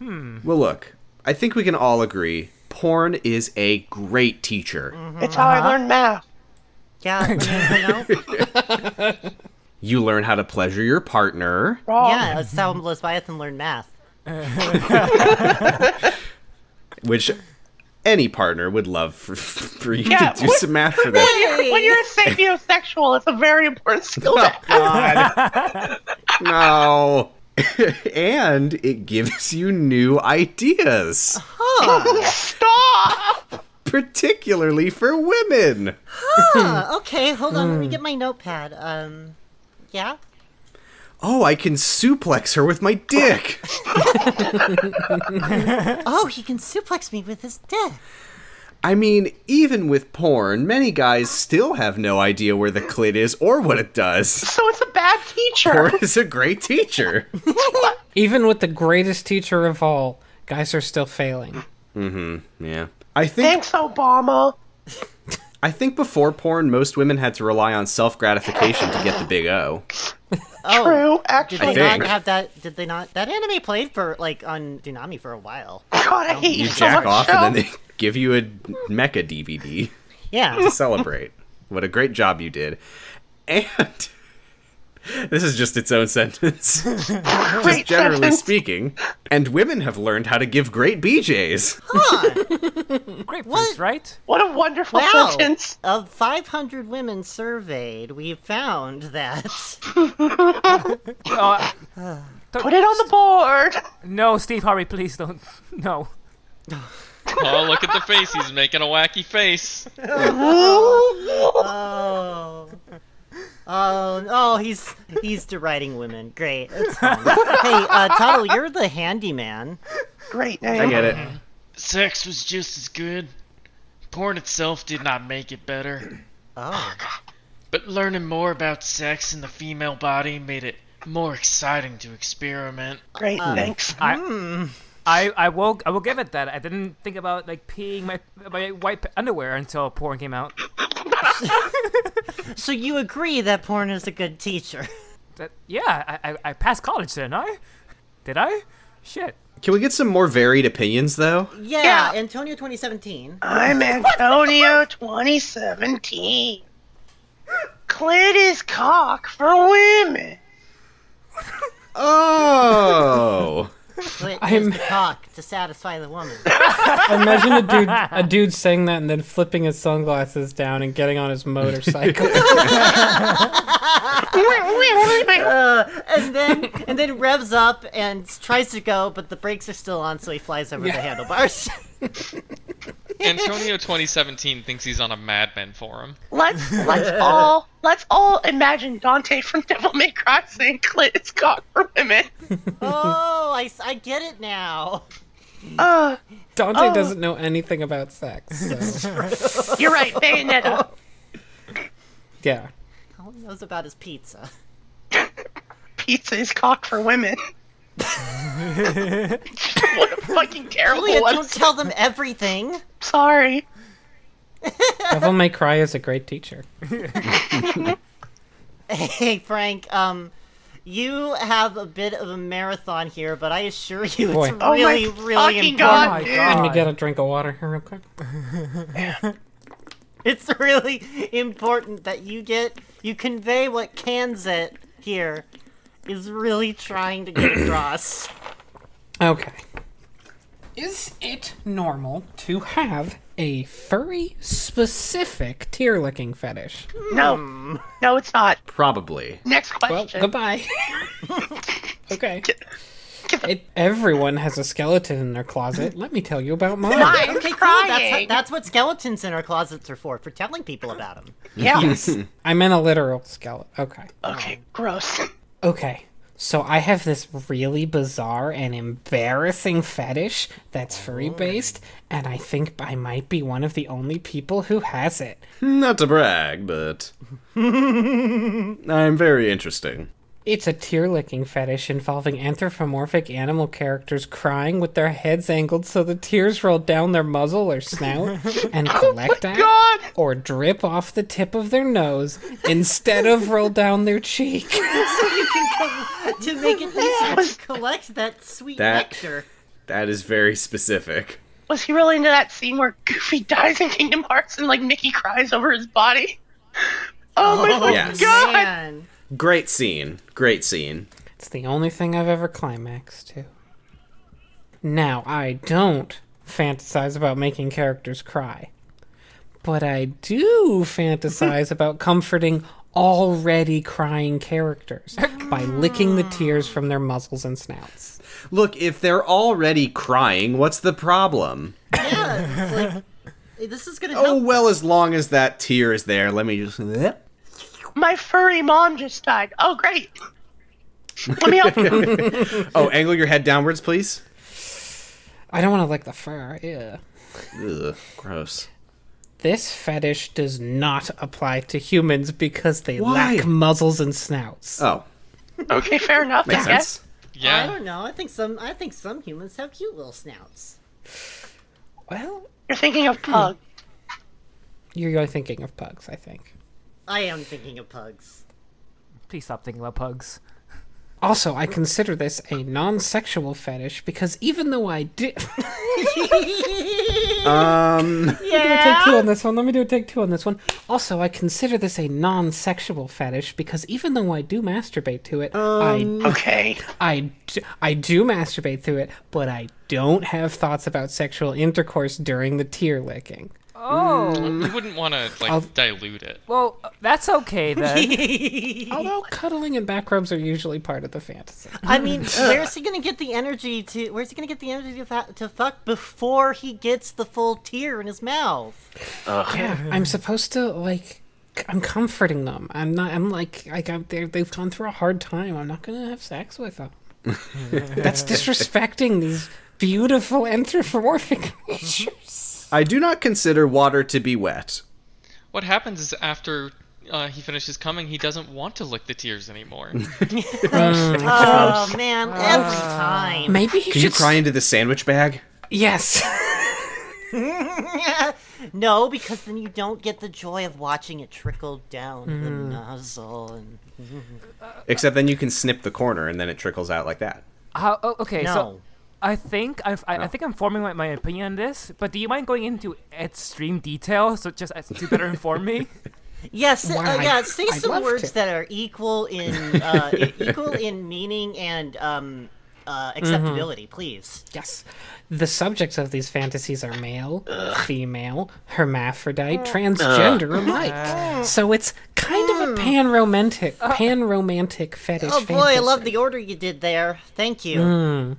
[SPEAKER 6] Well, look, I think we can all agree porn is a great teacher.
[SPEAKER 3] It's how
[SPEAKER 2] uh-huh.
[SPEAKER 3] I learned math.
[SPEAKER 2] Yeah, you know?
[SPEAKER 6] You learn how to pleasure your partner.
[SPEAKER 3] Wrong.
[SPEAKER 2] yeah, that's how Leviathan learned math.
[SPEAKER 6] which any partner would love for, [laughs] for you
[SPEAKER 3] Yeah,
[SPEAKER 6] to do
[SPEAKER 3] [laughs] what-
[SPEAKER 6] some math for them.
[SPEAKER 3] When
[SPEAKER 2] [laughs]
[SPEAKER 3] you're a sapiosexual, it's a very important
[SPEAKER 6] [laughs]
[SPEAKER 3] skill [laughs] to have.
[SPEAKER 6] no. [laughs] and it gives you new ideas,
[SPEAKER 3] Stop!
[SPEAKER 6] particularly for women.
[SPEAKER 2] Uh, okay, hold on. Let me get my notepad. Um, yeah.
[SPEAKER 6] Oh, I can suplex her with my dick.
[SPEAKER 2] Oh, he can suplex me with his dick.
[SPEAKER 6] I mean, even with porn, many guys still have no idea where the clit is or what it does.
[SPEAKER 3] So it's a bad teacher.
[SPEAKER 6] Porn is a great teacher.
[SPEAKER 1] Even with the greatest teacher of all, guys are still failing.
[SPEAKER 6] Yeah. I think
[SPEAKER 3] Thanks, Obama.
[SPEAKER 6] I think before porn most women had to rely on self-gratification to get the big O.
[SPEAKER 2] Oh,
[SPEAKER 3] True,
[SPEAKER 2] did
[SPEAKER 3] actually.
[SPEAKER 2] they
[SPEAKER 6] think.
[SPEAKER 2] not have that? Did they not? That anime played for like on Toonami for a while.
[SPEAKER 3] God, I hate you,
[SPEAKER 6] you
[SPEAKER 3] so
[SPEAKER 6] jack
[SPEAKER 3] much.
[SPEAKER 6] off
[SPEAKER 3] Joe.
[SPEAKER 6] and then they give you a mecha DVD
[SPEAKER 2] Yeah.
[SPEAKER 6] to celebrate. what a great job you did. And [laughs] this is just its own
[SPEAKER 3] [laughs]
[SPEAKER 6] sentence,
[SPEAKER 3] Great
[SPEAKER 6] generally
[SPEAKER 3] sentence.
[SPEAKER 6] speaking. And women have learned how to give great BJs.
[SPEAKER 5] Grapefruits,
[SPEAKER 2] What?
[SPEAKER 5] right?
[SPEAKER 3] What a wonderful
[SPEAKER 2] Wow.
[SPEAKER 3] sentence.
[SPEAKER 2] Of 500 women surveyed, we found that.
[SPEAKER 5] Uh,
[SPEAKER 3] Put it on the board.
[SPEAKER 5] no, Steve Harvey, please don't. [laughs] No.
[SPEAKER 7] Oh, look at the face. He's making a wacky face.
[SPEAKER 2] Oh. Oh, oh, he's he's deriding women. Great. It's fine. hey, uh, Tuttle, you're the handyman.
[SPEAKER 3] Great name.
[SPEAKER 6] I get it.
[SPEAKER 7] Sex was just as good. Porn itself did not make it better.
[SPEAKER 2] Oh,
[SPEAKER 7] But learning more about sex and the female body made it more exciting to experiment.
[SPEAKER 3] Great, thanks.
[SPEAKER 5] I, I, I will, I will give it that. I didn't think about like peeing my my white p- underwear until porn came out.
[SPEAKER 2] so you agree that porn is a good teacher? [laughs]
[SPEAKER 5] That, yeah, I, I, I passed college, didn't I? Did I? Shit.
[SPEAKER 6] Can we get some more varied opinions, though?
[SPEAKER 2] Yeah,
[SPEAKER 3] Yeah.
[SPEAKER 2] Antonio 2017.
[SPEAKER 3] I'm Antonio 2017. Clit is cock for women.
[SPEAKER 6] Oh!
[SPEAKER 2] Clit
[SPEAKER 1] I'm-
[SPEAKER 2] is the cock to satisfy the woman.
[SPEAKER 1] Imagine a dude, a dude saying that and then flipping his sunglasses down and getting on his [laughs] motorcycle.
[SPEAKER 2] Uh, [laughs] and then and then revs up and tries to go, but the brakes are still on, so he flies over the handlebars.
[SPEAKER 7] Antonio 2017 thinks he's on a Mad Men forum.
[SPEAKER 3] Let's let's all let's all imagine Dante from Devil May Cry saying clit is cock for women.
[SPEAKER 2] oh, I, s- I get it now.
[SPEAKER 3] Uh,
[SPEAKER 1] Dante doesn't know anything about sex, [laughs] so
[SPEAKER 3] you're right, Bayonetta.
[SPEAKER 1] yeah.
[SPEAKER 2] All he knows about is
[SPEAKER 3] [laughs]
[SPEAKER 2] pizza.
[SPEAKER 3] Pizza is cock for women. [laughs] what a fucking terrible
[SPEAKER 2] Julia,
[SPEAKER 3] one.
[SPEAKER 2] don't tell them everything. [laughs]
[SPEAKER 3] Sorry.
[SPEAKER 1] Devil May Cry is a great teacher.
[SPEAKER 2] Hey, Frank, um, you have a bit of a marathon here, but I assure you
[SPEAKER 1] Boy.
[SPEAKER 2] it's
[SPEAKER 1] Oh
[SPEAKER 3] my
[SPEAKER 2] really, really
[SPEAKER 3] fucking
[SPEAKER 2] important.
[SPEAKER 3] God.
[SPEAKER 5] Oh my
[SPEAKER 3] dude.
[SPEAKER 1] Let me
[SPEAKER 5] god.
[SPEAKER 1] get a drink of water here real quick.
[SPEAKER 2] It's really important that you get, you convey what Kansit here is really trying to get across.
[SPEAKER 1] Okay. Is it normal to have a furry specific tear licking fetish?
[SPEAKER 3] No, no, it's not.
[SPEAKER 6] Probably.
[SPEAKER 3] Next
[SPEAKER 1] Well,
[SPEAKER 3] question.
[SPEAKER 1] goodbye. okay. It, everyone has a skeleton in their closet. Let me tell you about mine.
[SPEAKER 3] I'm
[SPEAKER 2] Okay, cool. That's,
[SPEAKER 3] crying.
[SPEAKER 2] how- that's what skeletons in our closets are for, for telling people about [laughs] them.
[SPEAKER 3] yeah.
[SPEAKER 1] I meant a literal skeleton. Okay.
[SPEAKER 3] Okay. Gross. [laughs]
[SPEAKER 1] Okay. So I have this really bizarre and embarrassing fetish that's furry based, and I think I might be one of the only people who has it.
[SPEAKER 6] Not to brag, but [laughs] I'm very interesting.
[SPEAKER 1] It's a tear licking fetish involving anthropomorphic animal characters crying with their heads angled so the tears roll down their muzzle or snout and collect at
[SPEAKER 3] God.
[SPEAKER 1] or drip off the tip of their nose instead of roll down their cheek.
[SPEAKER 2] to make it easier to collect that sweet
[SPEAKER 6] That-
[SPEAKER 2] [laughs] nectar.
[SPEAKER 6] That is very specific.
[SPEAKER 3] Was he really into that scene where Goofy [laughs] dies in Kingdom Hearts and like Mickey cries over his body? [laughs] Oh, my fucking
[SPEAKER 6] yes.
[SPEAKER 3] god!
[SPEAKER 2] Man.
[SPEAKER 6] Great scene. Great scene.
[SPEAKER 1] It's the only thing I've ever climaxed to. Now, I don't fantasize about making characters cry, but I do fantasize about comforting already crying characters by licking the tears from their muzzles and snouts.
[SPEAKER 6] Look, if they're already crying, what's the problem?
[SPEAKER 2] Yeah, it's like, hey, this is gonna
[SPEAKER 6] Oh
[SPEAKER 2] help.
[SPEAKER 6] well, as long as that tear is there, let me just.
[SPEAKER 3] My furry mom just died. Oh great. Let me help you.
[SPEAKER 6] Oh, angle your head downwards, please.
[SPEAKER 1] I don't want to lick the fur. Yeah.
[SPEAKER 6] Ugh, gross.
[SPEAKER 1] This fetish does not apply to humans because they
[SPEAKER 6] Why?
[SPEAKER 1] lack muzzles and snouts.
[SPEAKER 6] Oh,
[SPEAKER 3] Okay, fair enough. I
[SPEAKER 6] makes
[SPEAKER 3] guess.
[SPEAKER 6] sense.
[SPEAKER 2] I
[SPEAKER 7] Yeah.
[SPEAKER 2] don't know. I think some. I think some humans have cute little snouts.
[SPEAKER 1] Well,
[SPEAKER 3] You're thinking of Pug.
[SPEAKER 1] you're thinking of pugs, I think.
[SPEAKER 2] I am thinking of pugs.
[SPEAKER 5] Please stop thinking about pugs.
[SPEAKER 1] Also, I consider this a non sexual fetish because even though I did.
[SPEAKER 6] Um,
[SPEAKER 1] [laughs] Let me do a take two on this one. Let me do a take two on this one. Also, I consider this a non sexual fetish because even though I do masturbate to it,
[SPEAKER 3] Um.
[SPEAKER 1] I,
[SPEAKER 3] Okay.
[SPEAKER 1] I, d- I do masturbate to it, but I don't have thoughts about sexual intercourse during the tear licking.
[SPEAKER 7] You wouldn't want to like dilute it.
[SPEAKER 5] Well, uh, that's
[SPEAKER 1] [laughs]
[SPEAKER 5] okay then.
[SPEAKER 1] Although cuddling and back rubs are usually part of the fantasy.
[SPEAKER 2] I mean, where's he gonna get the energy to? Where's he gonna get the energy to, fa- to fuck before he gets the full tear in his mouth?
[SPEAKER 1] Yeah, I'm supposed to like. c- I'm comforting them. I'm not. I'm like, like I'm, they're- they've gone through a hard time. I'm not gonna have sex with them. That's disrespecting these beautiful anthropomorphic creatures.
[SPEAKER 6] I do not consider water to be wet.
[SPEAKER 7] What happens is after uh, he finishes coming, he doesn't want to lick the tears anymore.
[SPEAKER 2] Oh man, every time.
[SPEAKER 1] Maybe he
[SPEAKER 6] Can you
[SPEAKER 1] should
[SPEAKER 6] cry into the sandwich bag?
[SPEAKER 1] Yes. [laughs]
[SPEAKER 2] [laughs] no, because then you don't get the joy of watching it trickle down the
[SPEAKER 1] Hmm.
[SPEAKER 2] nozzle. And...
[SPEAKER 6] Except then you can snip the corner and then it trickles out like that.
[SPEAKER 5] How, oh, okay, so
[SPEAKER 2] No.
[SPEAKER 5] I think I've, I, I think I'm forming my, my opinion on this. But do you mind going into extreme detail so just as to better
[SPEAKER 1] [laughs]
[SPEAKER 5] inform me?
[SPEAKER 2] Yes, uh,
[SPEAKER 1] Wow, I-
[SPEAKER 2] yeah. Say
[SPEAKER 1] I'd love
[SPEAKER 2] some words
[SPEAKER 1] to.
[SPEAKER 2] that are equal in uh, e-
[SPEAKER 1] [laughs]
[SPEAKER 2] equal in meaning and um, uh,
[SPEAKER 1] Mm-hmm.
[SPEAKER 2] acceptability, please.
[SPEAKER 1] yes. The subjects of these fantasies are male, female, hermaphrodite, transgender alike. So it's kind of a pan romantic, pan romantic fetish.
[SPEAKER 2] Mm. Oh boy, I
[SPEAKER 1] fantasy.
[SPEAKER 2] love the order you did there. Thank you.
[SPEAKER 1] Mm.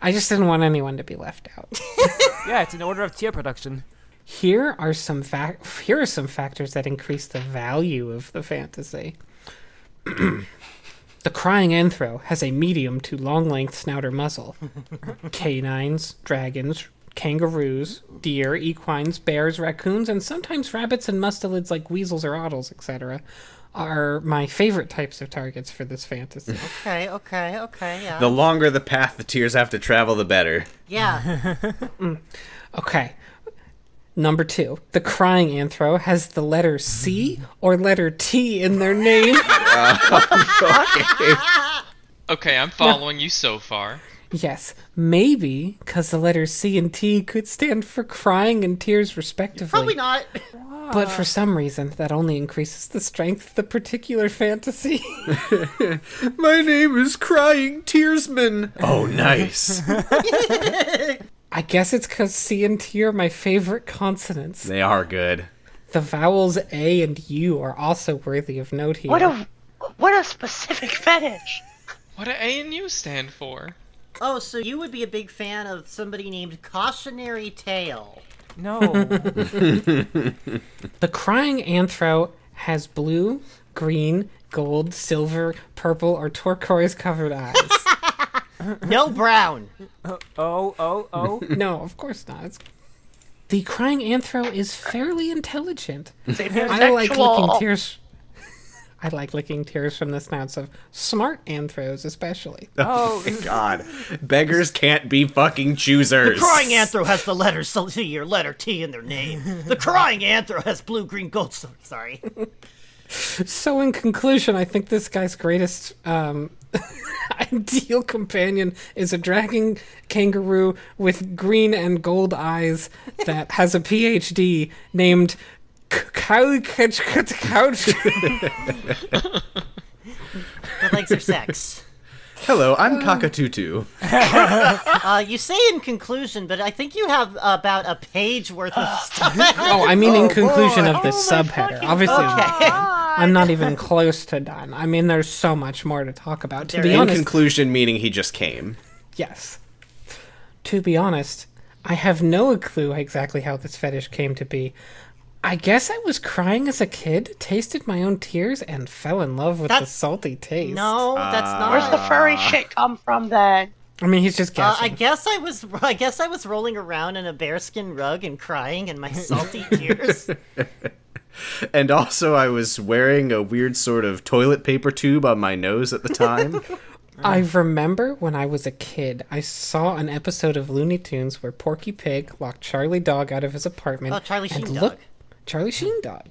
[SPEAKER 1] I just didn't want anyone to be left out.
[SPEAKER 5] yeah, it's an order of tier production.
[SPEAKER 1] here are some fac- here are some factors that increase the value of the fantasy. [clears throat] the crying anthro has a medium to long length snout or muzzle. Canines, dragons, kangaroos, deer, equines, bears, raccoons, and sometimes rabbits and mustelids like weasels or otters, etc., are my favorite types of targets for this fantasy.
[SPEAKER 2] Okay, okay, okay. Yeah.
[SPEAKER 6] The longer the path the tears have to travel, the better.
[SPEAKER 2] yeah.
[SPEAKER 1] Okay. Number two, the crying anthro has the letter C or letter T in their name.
[SPEAKER 7] Okay, I'm following you so far.
[SPEAKER 1] yes, maybe because the letters C and T could stand for crying and tears, respectively.
[SPEAKER 2] Probably not. [laughs]
[SPEAKER 1] But for some reason, that only increases the strength of the particular fantasy. [laughs]
[SPEAKER 6] My name is Crying Tearsman. Oh, nice.
[SPEAKER 1] I guess it's because C and T are my favorite consonants.
[SPEAKER 6] They are good.
[SPEAKER 1] The vowels A and U are also worthy of note here.
[SPEAKER 3] What a what a specific fetish.
[SPEAKER 7] What do A and U stand for?
[SPEAKER 2] Oh, so you would be a big fan of somebody named Cautionary
[SPEAKER 1] [laughs]
[SPEAKER 2] Tale.
[SPEAKER 5] No.
[SPEAKER 1] The crying anthro has blue, green, gold, silver, purple, or turquoise covered eyes.
[SPEAKER 2] No brown.
[SPEAKER 5] oh, oh, oh.
[SPEAKER 1] no, of course not. It's- The crying anthro is fairly intelligent. I like
[SPEAKER 3] Sexual.
[SPEAKER 1] licking tears. I like licking tears from the snouts of smart anthros, especially.
[SPEAKER 6] [laughs]
[SPEAKER 5] Oh,
[SPEAKER 6] God, beggars can't be fucking choosers.
[SPEAKER 2] Crying Anthro has the letter C or letter T in their name. The Crying Anthro has blue, green, gold. so- Sorry.
[SPEAKER 1] So, in conclusion, I think this guy's greatest um, ideal companion is a dragging kangaroo with green and gold eyes that has a PhD named. Couch.
[SPEAKER 2] The legs are sex.
[SPEAKER 6] Hello, I'm Cockatutu.
[SPEAKER 2] Uh, you say in conclusion, but I think you have about a page worth of stuff.
[SPEAKER 1] Oh, I mean, in conclusion of this
[SPEAKER 2] Oh,
[SPEAKER 1] subheader. Obviously,
[SPEAKER 2] Okay.
[SPEAKER 1] I'm not even close to done. I mean, there's so much more to talk about. To be
[SPEAKER 6] In
[SPEAKER 1] honest,
[SPEAKER 6] conclusion, meaning he just came.
[SPEAKER 1] Yes. To be honest, I have no clue exactly how this fetish came to be. I guess I was crying as a kid, tasted my own tears, and fell in love with the
[SPEAKER 2] That's-
[SPEAKER 1] salty taste.
[SPEAKER 2] No, that's not.
[SPEAKER 3] Where's the furry shit come from then?
[SPEAKER 1] I mean, he's just
[SPEAKER 2] Uh, I
[SPEAKER 1] guessing.
[SPEAKER 2] guess I was I guess I was rolling around in a bearskin rug and crying in my salty tears.
[SPEAKER 6] And also, I was wearing a weird sort of toilet paper tube on my nose at the time.
[SPEAKER 1] I remember when I was a kid, I saw an episode of Looney Tunes where Porky Pig locked Charlie Dog out of his apartment.
[SPEAKER 2] Oh, Charlie
[SPEAKER 1] and
[SPEAKER 2] Sheen Dog.
[SPEAKER 1] looked- Charlie Sheen Dog.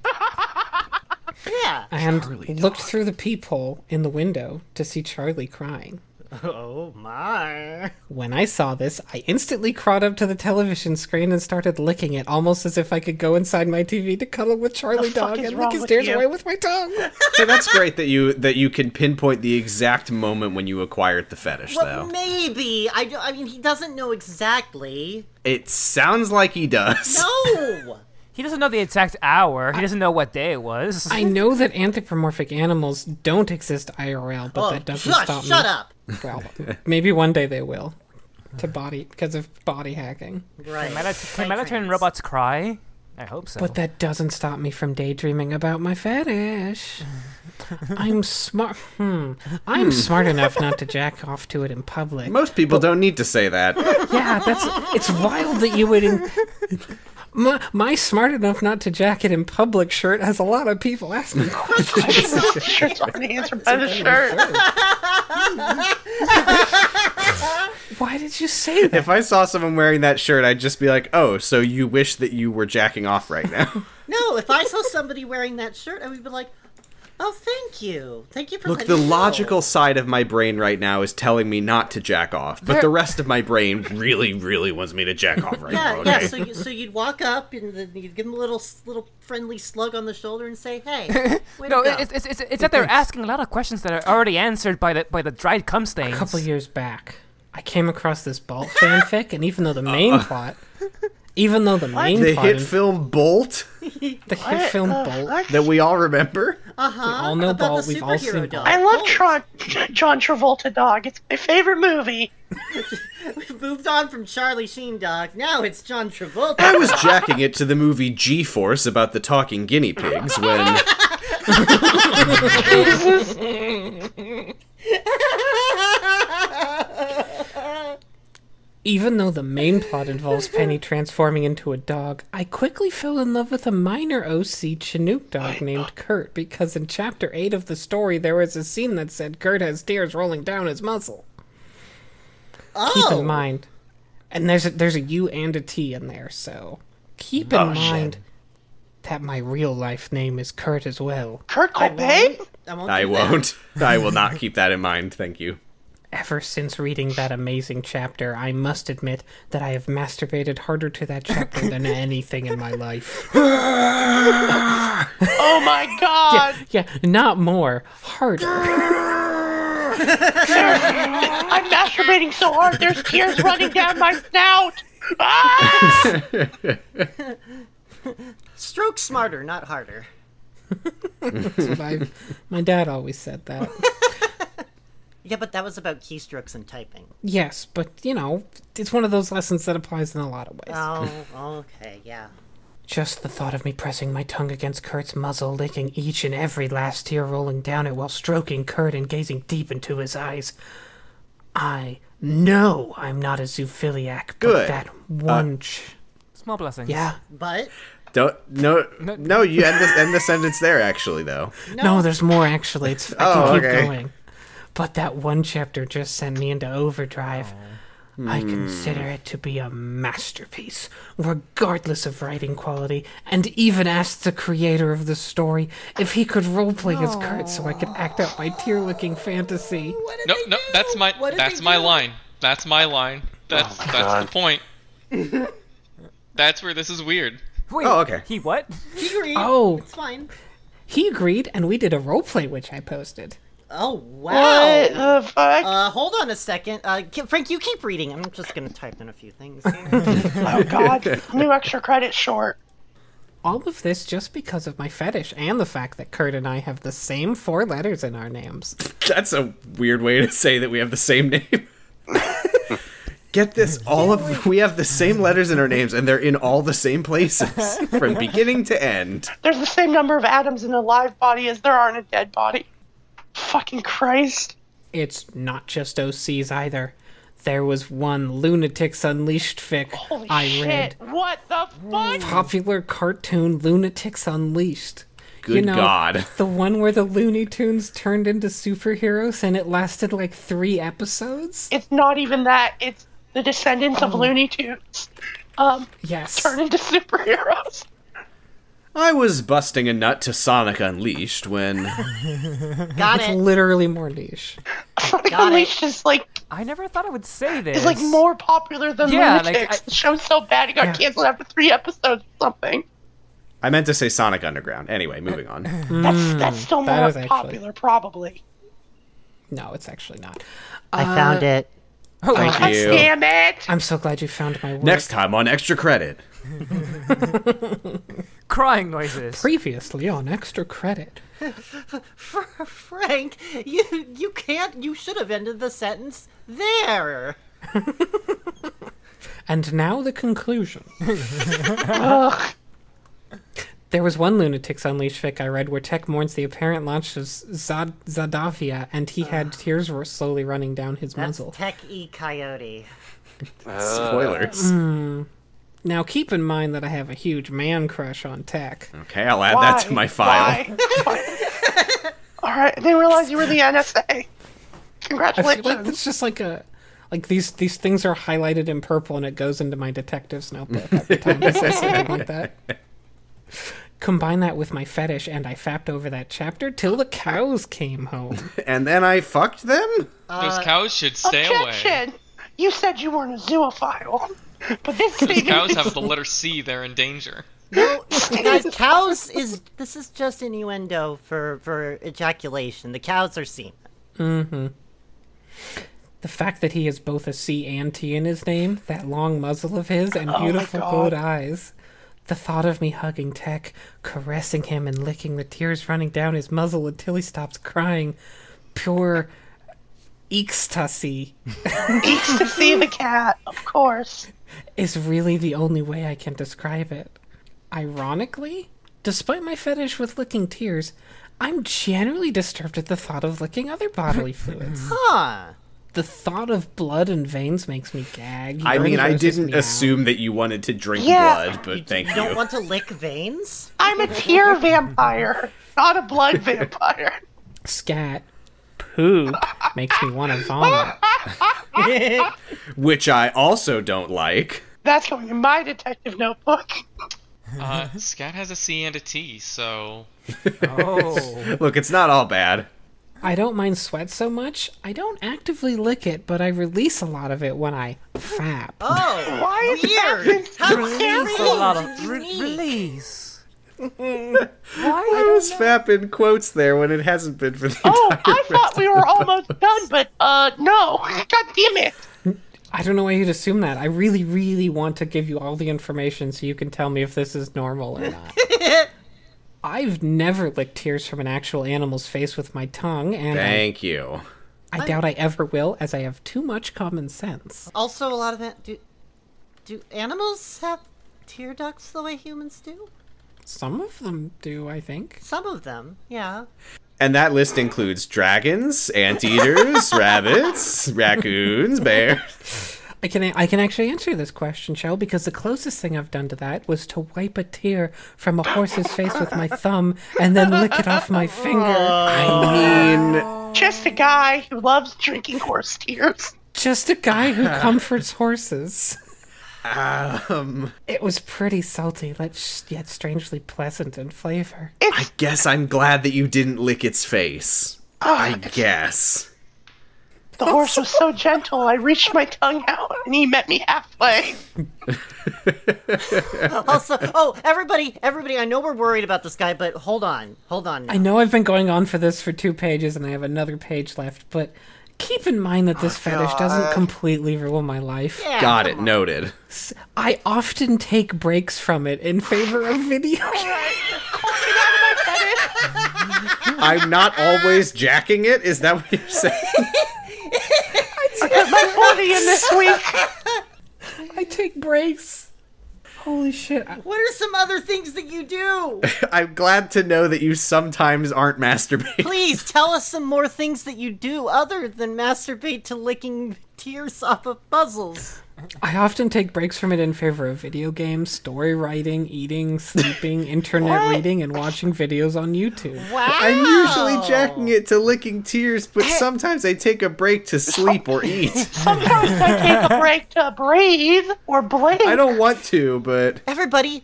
[SPEAKER 2] Yeah.
[SPEAKER 1] [laughs] And looked through the peephole in the window to see Charlie crying.
[SPEAKER 2] Oh my.
[SPEAKER 1] When I saw this, I instantly crawled up to the television screen and started licking it, almost as if I could go inside my TV to cuddle with Charlie Dog
[SPEAKER 3] is
[SPEAKER 1] and
[SPEAKER 3] wrong
[SPEAKER 1] lick his
[SPEAKER 3] with
[SPEAKER 1] tears
[SPEAKER 3] you?
[SPEAKER 1] away with my tongue.
[SPEAKER 6] so that's great that you that you can pinpoint the exact moment when you acquired the fetish,
[SPEAKER 2] Well,
[SPEAKER 6] though.
[SPEAKER 2] maybe. I, do- I mean, he doesn't know exactly.
[SPEAKER 6] It sounds like he does.
[SPEAKER 2] No!
[SPEAKER 5] he doesn't know the exact hour. He doesn't know what day it was.
[SPEAKER 1] I know that anthropomorphic animals don't exist IRL, but
[SPEAKER 2] Oh,
[SPEAKER 1] that doesn't
[SPEAKER 2] shush,
[SPEAKER 1] stop me.
[SPEAKER 2] shut up.
[SPEAKER 1] Well, maybe one day they will. To body because of body hacking,
[SPEAKER 2] Right.
[SPEAKER 5] Can Metatron
[SPEAKER 2] trans.
[SPEAKER 5] robots cry? I hope so.
[SPEAKER 1] but that doesn't stop me from daydreaming about my fetish. I'm smart. Hmm. I'm smart enough not to jack off to it in public.
[SPEAKER 6] Most people don't need to say
[SPEAKER 2] [laughs]
[SPEAKER 6] that.
[SPEAKER 1] Yeah,
[SPEAKER 5] [laughs]
[SPEAKER 1] that's it's wild that you would. In- my, my smart enough not to jacket in public shirt has a lot of people asking questions.
[SPEAKER 3] [laughs] Shirt's on the answer by the shirt.
[SPEAKER 1] Why did you say that?
[SPEAKER 6] If I saw someone wearing that shirt, I'd just be like, "Oh, so you wish that you were jacking off right
[SPEAKER 2] [laughs]
[SPEAKER 6] now?
[SPEAKER 2] No, if I saw somebody wearing that shirt, I would be like, oh, thank you. Thank you for
[SPEAKER 6] Look,
[SPEAKER 2] letting
[SPEAKER 6] the
[SPEAKER 2] me know."
[SPEAKER 6] logical side of my brain right now is telling me not to jack off, but the rest of my brain really, really wants me to jack off right
[SPEAKER 2] Yeah,
[SPEAKER 6] now."
[SPEAKER 2] yeah.
[SPEAKER 6] okay?
[SPEAKER 2] So, you, so you'd walk up and then you'd give them a little, s- little friendly slug on the shoulder and say,
[SPEAKER 5] [laughs]
[SPEAKER 2] "Hey, way
[SPEAKER 5] no,
[SPEAKER 2] to go."
[SPEAKER 5] it- it's, it's, it's, it's that they're asking a lot of questions that are already answered by the by the dried cum stains.
[SPEAKER 1] A couple years back, I came across this Bolt fanfic, and even though the main plot, even though the main
[SPEAKER 6] the
[SPEAKER 1] plot,
[SPEAKER 6] hit
[SPEAKER 1] in-
[SPEAKER 6] film Bolt
[SPEAKER 1] the hit film Bolt,
[SPEAKER 3] What?
[SPEAKER 6] that we all remember.
[SPEAKER 1] all know
[SPEAKER 2] about
[SPEAKER 1] Bolt,
[SPEAKER 2] the
[SPEAKER 1] we've all
[SPEAKER 2] superhero
[SPEAKER 1] seen
[SPEAKER 2] dog.
[SPEAKER 1] Bolt.
[SPEAKER 3] I love
[SPEAKER 2] Bolt.
[SPEAKER 3] Tron, John Travolta dog. It's my favorite movie.
[SPEAKER 2] moved on from Charlie Sheen Dog. Now it's John
[SPEAKER 6] [laughs] I
[SPEAKER 2] Travolta.
[SPEAKER 6] was jacking it to the movie G Force about the talking guinea pigs
[SPEAKER 2] [laughs]
[SPEAKER 6] when
[SPEAKER 1] Even though the main plot involves Penny transforming into a dog, I quickly fell in love with a minor OC Chinook dog named Kurt because in chapter 8 of the story there was a scene that said Kurt has tears rolling down his muzzle. Keep
[SPEAKER 2] Oh.
[SPEAKER 1] in mind. And there's a, there's a U and a T in there, so keep in mind that my real life name is Kurt as well.
[SPEAKER 3] Kurt Cobain?
[SPEAKER 2] I won't.
[SPEAKER 6] I
[SPEAKER 2] do that.
[SPEAKER 6] won't. I will not keep that in mind. Thank you.
[SPEAKER 1] Ever since reading that amazing chapter, I must admit that I have masturbated harder to that chapter than anything in my life.
[SPEAKER 3] Oh
[SPEAKER 1] [laughs]
[SPEAKER 3] my god!
[SPEAKER 1] Yeah, not more, harder.
[SPEAKER 3] I'm masturbating so hard, there's tears running down my snout! Ah!
[SPEAKER 2] Stroke smarter, not harder.
[SPEAKER 1] That's what I've- my dad always said that.
[SPEAKER 2] Yeah, but that was about keystrokes and
[SPEAKER 5] [laughs]
[SPEAKER 2] typing.
[SPEAKER 1] Yes, but you know, it's one of those lessons that applies in a lot of ways.
[SPEAKER 2] Oh, okay, yeah.
[SPEAKER 1] Just the thought of me pressing my tongue against Kurt's muzzle, licking each and every last tear rolling down it while stroking Kurt and gazing deep into his eyes. I know I'm not a zoophiliac, but
[SPEAKER 6] Good.
[SPEAKER 1] that one. ch-
[SPEAKER 5] Small blessings.
[SPEAKER 1] yeah.
[SPEAKER 2] But
[SPEAKER 6] Don't no no. You end the end the sentence there. Actually, though.
[SPEAKER 1] No. there's more actually. It's I can
[SPEAKER 6] Oh,
[SPEAKER 1] keep
[SPEAKER 6] okay.
[SPEAKER 1] going. But that one chapter just sent me into overdrive.
[SPEAKER 6] Oh.
[SPEAKER 1] I
[SPEAKER 6] Hmm.
[SPEAKER 1] consider it to be a masterpiece, regardless of writing quality, and even asked the creator of the story if he could roleplay as Kurt so I could act out my tear licking fantasy.
[SPEAKER 7] No, no, that's my that's my line. That's my line. That's that's the point.
[SPEAKER 3] [laughs]
[SPEAKER 7] that's where this is weird.
[SPEAKER 5] Wait,
[SPEAKER 6] Oh, okay.
[SPEAKER 5] He what?
[SPEAKER 1] Oh,
[SPEAKER 2] it's fine.
[SPEAKER 1] he agreed, and we did a roleplay which I posted.
[SPEAKER 2] Oh wow.
[SPEAKER 3] What the fuck?
[SPEAKER 2] Uh, hold on a second. Uh, Ki- Frank, you keep reading. I'm just gonna type in a few things here.
[SPEAKER 3] oh god.
[SPEAKER 1] [laughs]
[SPEAKER 3] New extra credit short.
[SPEAKER 1] All of this just because of my fetish and the fact that Kurt and I have the same four letters in our names.
[SPEAKER 6] That's a weird way to say that we have the same name. Get this, all of we have the same letters in our names, and they're in all the same places from beginning to end.
[SPEAKER 3] There's the same number of atoms in a live body as there are in a dead body. Fucking Christ.
[SPEAKER 1] it's not just OCs either. There was one Lunatics Unleashed fic
[SPEAKER 3] Holy
[SPEAKER 1] I
[SPEAKER 3] shit.
[SPEAKER 1] read.
[SPEAKER 3] What the fuck?
[SPEAKER 1] Popular cartoon Lunatics Unleashed.
[SPEAKER 6] Good God.
[SPEAKER 1] The one where the Looney Tunes turned into superheroes and it lasted like three episodes?
[SPEAKER 3] It's not even that. It's the descendants
[SPEAKER 1] Oh.
[SPEAKER 3] of Looney Tunes um,
[SPEAKER 1] Yes.
[SPEAKER 3] turn into superheroes. [laughs]
[SPEAKER 6] I was busting a nut to Sonic Unleashed when
[SPEAKER 5] [laughs]
[SPEAKER 2] Got
[SPEAKER 1] It's
[SPEAKER 2] it.
[SPEAKER 1] literally more niche.
[SPEAKER 3] Sonic
[SPEAKER 2] Got it.
[SPEAKER 3] Unleashed is like
[SPEAKER 5] I never thought I would say this.
[SPEAKER 3] is like more popular than
[SPEAKER 5] Yeah,
[SPEAKER 3] Lunatics.
[SPEAKER 5] like, I-
[SPEAKER 3] the show's so bad it got
[SPEAKER 1] Yeah.
[SPEAKER 3] canceled after three episodes or something.
[SPEAKER 6] I meant to say Sonic Underground. Anyway, moving on.
[SPEAKER 3] That's that's still
[SPEAKER 1] that
[SPEAKER 3] more
[SPEAKER 1] is actually-
[SPEAKER 3] popular probably.
[SPEAKER 1] No, it's actually not.
[SPEAKER 2] I found [laughs] it.
[SPEAKER 6] Thank you.
[SPEAKER 3] Damn it!
[SPEAKER 1] I'm so glad you found my work.
[SPEAKER 6] Next time on Extra Credit.
[SPEAKER 5] Crying noises.
[SPEAKER 1] Previously on Extra Credit.
[SPEAKER 2] Frank, you you can't. You should have ended the sentence there.
[SPEAKER 1] And now the conclusion. There was one Lunatics Unleashed fic I read where Tech mourns the apparent launch of Zad- Zadavia, and he had tears were slowly running down his
[SPEAKER 2] That's
[SPEAKER 1] muzzle.
[SPEAKER 2] Tech E Coyote.
[SPEAKER 6] Spoilers.
[SPEAKER 1] now, keep in mind that I have a huge man crush on Tech.
[SPEAKER 6] Okay, I'll add
[SPEAKER 3] Why?
[SPEAKER 6] that to my file.
[SPEAKER 3] Why? Why? All right, I didn't realize you were the NSA.
[SPEAKER 1] I feel
[SPEAKER 3] Congratulations.
[SPEAKER 1] like it's just like a. Like these these things are highlighted in purple and it goes into my detective's notebook every time I say something like that. Combine that with my fetish and I fapped over that chapter till the cows came home.
[SPEAKER 6] And then I fucked them?
[SPEAKER 7] Those cows should stay away.
[SPEAKER 3] Uh, Objection! You said you weren't a zoophile, but this
[SPEAKER 7] Those
[SPEAKER 3] statement
[SPEAKER 7] cows
[SPEAKER 3] is
[SPEAKER 7] have the letter C. They're
[SPEAKER 3] [laughs]
[SPEAKER 7] in danger.
[SPEAKER 2] No, guys, cows is this is just innuendo for for ejaculation. The cows are seen.
[SPEAKER 1] The fact that he has both a C and T in his name, that long muzzle of his,
[SPEAKER 6] Oh
[SPEAKER 1] and beautiful
[SPEAKER 3] God.
[SPEAKER 1] gold eyes. The thought of me hugging Tech, caressing him and licking the tears running down his muzzle until he stops crying. Pure ecstasy
[SPEAKER 3] to see the cat, of course.
[SPEAKER 1] is really the only way I can describe it. Ironically, despite my fetish with licking tears, I'm generally disturbed at the thought of licking other bodily
[SPEAKER 6] [laughs]
[SPEAKER 1] fluids.
[SPEAKER 2] Huh.
[SPEAKER 1] The thought of blood and veins makes me gag.
[SPEAKER 6] I mean,
[SPEAKER 1] urine
[SPEAKER 6] I
[SPEAKER 1] grosses
[SPEAKER 6] didn't
[SPEAKER 1] me out.
[SPEAKER 6] assume that you wanted to drink
[SPEAKER 3] Yeah.
[SPEAKER 6] blood, but thank
[SPEAKER 2] You
[SPEAKER 6] you.
[SPEAKER 2] don't want to lick veins?
[SPEAKER 3] I'm a tear vampire, not a blood vampire.
[SPEAKER 1] scat poo makes me want to vomit.
[SPEAKER 6] Which I also don't like. [laughs]
[SPEAKER 3] That's going in my detective notebook.
[SPEAKER 7] Uh, Scat has a C and a T, so
[SPEAKER 5] Oh.
[SPEAKER 6] Look, it's not all bad.
[SPEAKER 1] I don't mind sweat so much. I don't actively lick it, but I release a lot of it when I fap.
[SPEAKER 2] Oh,
[SPEAKER 3] Why is
[SPEAKER 2] weird.
[SPEAKER 3] that?
[SPEAKER 2] How
[SPEAKER 5] Release a
[SPEAKER 2] strange.
[SPEAKER 5] lot of re- release. Why?
[SPEAKER 6] I was fap in quotes there when it hasn't been for the
[SPEAKER 3] Oh,
[SPEAKER 6] entire
[SPEAKER 3] I
[SPEAKER 6] rest
[SPEAKER 3] thought we
[SPEAKER 6] of
[SPEAKER 3] were [laughs]
[SPEAKER 6] the-
[SPEAKER 3] almost done, but uh, no. God damn it!
[SPEAKER 1] I don't know why you'd assume that. I really, really want to give you all the information so you can tell me if this is normal or not. I've never licked tears from an actual animal's face with my tongue, and I,
[SPEAKER 6] Thank you.
[SPEAKER 1] I doubt I ever will, as I have too much common sense.
[SPEAKER 2] Also, a lot of that. Do, do animals have tear ducts the way humans do?
[SPEAKER 1] Some of them do, I think.
[SPEAKER 2] Some of them, yeah.
[SPEAKER 6] And that list includes dragons, anteaters, rabbits, raccoons, bears.
[SPEAKER 1] I can I can actually answer this question, Shell, because the closest thing I've done to that was to wipe a tear from a horse's face with my thumb and then lick it off my finger.
[SPEAKER 6] I mean,
[SPEAKER 3] Just a guy who loves drinking horse tears.
[SPEAKER 1] Just a guy who comforts horses. It was pretty salty, but sh- yet strangely pleasant in flavor.
[SPEAKER 6] I guess I'm glad that you didn't lick its face. I guess.
[SPEAKER 3] The horse was so gentle, I reached my tongue out and he met me halfway.
[SPEAKER 2] Also, oh, everybody, everybody, I know we're worried about this guy, but hold on, hold on.
[SPEAKER 1] I know I've been going on for this for two pages and I have another page left, but keep in mind that this fetish doesn't completely rule my life.
[SPEAKER 2] Yeah,
[SPEAKER 6] Got
[SPEAKER 2] come
[SPEAKER 6] it. Noted.
[SPEAKER 1] I often take breaks from it in favor of video games.
[SPEAKER 6] I'm not always jacking it. Is that what you're saying?
[SPEAKER 3] Got my 40 in this week.
[SPEAKER 1] I take breaks. Holy shit. I-
[SPEAKER 2] on. What are some other things that you do?
[SPEAKER 6] I'm glad to know that you sometimes aren't masturbating.
[SPEAKER 2] Please tell us some more things that you do other than masturbate to licking tears off of puzzles.
[SPEAKER 1] I often take breaks from it in favor of video games, story writing, eating, sleeping, internet reading, and watching videos on YouTube.
[SPEAKER 2] Wow.
[SPEAKER 6] I'm usually jacking it to licking tears, but sometimes I take a break to sleep or eat.
[SPEAKER 3] Sometimes I take a break to breathe or blink.
[SPEAKER 6] I don't want to, [laughs] but
[SPEAKER 2] Everybody,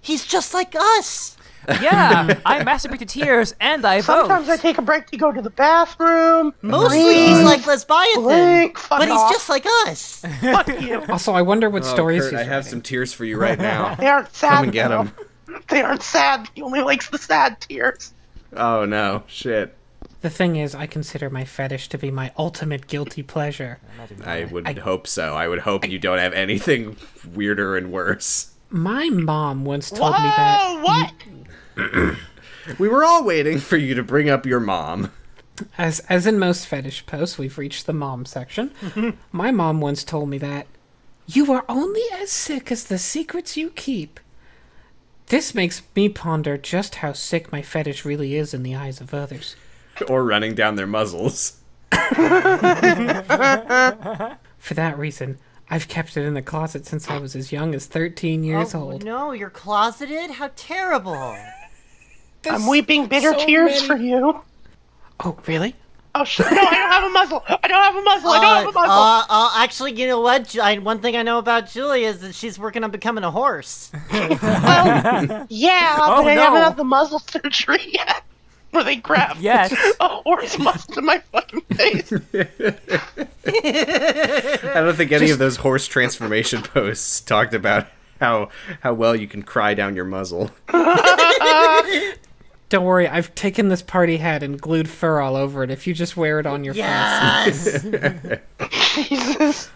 [SPEAKER 2] he's just like us.
[SPEAKER 5] Yeah,
[SPEAKER 1] [laughs]
[SPEAKER 5] I masturbate to tears and I
[SPEAKER 3] Sometimes I
[SPEAKER 5] vote.
[SPEAKER 3] take a break to go to the bathroom.
[SPEAKER 2] Mostly he's
[SPEAKER 3] breathe,
[SPEAKER 2] like Lesbiathan,
[SPEAKER 3] blink. Fuck
[SPEAKER 2] but he's
[SPEAKER 3] off.
[SPEAKER 2] just like us.
[SPEAKER 3] fuck you.
[SPEAKER 1] Also, I wonder what stories
[SPEAKER 6] Oh, Kurt,
[SPEAKER 1] he's
[SPEAKER 6] I have
[SPEAKER 1] writing.
[SPEAKER 6] some tears for you right [laughs] now.
[SPEAKER 3] They aren't sad.
[SPEAKER 6] Come and get
[SPEAKER 3] though.
[SPEAKER 6] them.
[SPEAKER 3] They aren't sad. He only likes the sad tears.
[SPEAKER 6] Oh no, shit.
[SPEAKER 1] The thing is, I consider my fetish to be my ultimate guilty pleasure.
[SPEAKER 6] I would hope so. I would hope you don't have anything weirder and worse.
[SPEAKER 1] My mom once told me that.
[SPEAKER 3] Whoa, what?
[SPEAKER 6] We were all waiting [laughs] for you to bring up your mom.
[SPEAKER 1] As as in most fetish posts, we've reached the mom section.
[SPEAKER 2] [laughs]
[SPEAKER 1] My mom once told me that you are only as sick as the secrets you keep. This makes me ponder just how sick my fetish really is in the eyes of others.
[SPEAKER 6] Or running down their muzzles.
[SPEAKER 1] For that reason, I've kept it in the closet since I was as young as 13 years
[SPEAKER 2] Oh,
[SPEAKER 1] old.
[SPEAKER 2] no, you're closeted? How terrible.
[SPEAKER 3] I'm weeping bitter tears for you.
[SPEAKER 1] Oh, really?
[SPEAKER 3] Oh shit! No, I don't have a muzzle. I don't have a muzzle. I don't have a muzzle.
[SPEAKER 2] Uh, uh, actually, you know what? Ju- I, one thing I know about Julia is that she's working on becoming a horse.
[SPEAKER 3] Well, yeah,
[SPEAKER 5] Oh,
[SPEAKER 3] but I haven't
[SPEAKER 5] no.
[SPEAKER 3] had the muzzle surgery [laughs] yet. Where they grab
[SPEAKER 5] Yes.
[SPEAKER 3] a horse muzzle to my fucking face.
[SPEAKER 6] I don't think any of those horse transformation [laughs] posts talked about how how well you can cry down your muzzle.
[SPEAKER 1] Don't worry, I've taken this party hat and glued fur all over it if you just wear it on your face.
[SPEAKER 2] Yes.
[SPEAKER 3] Jesus.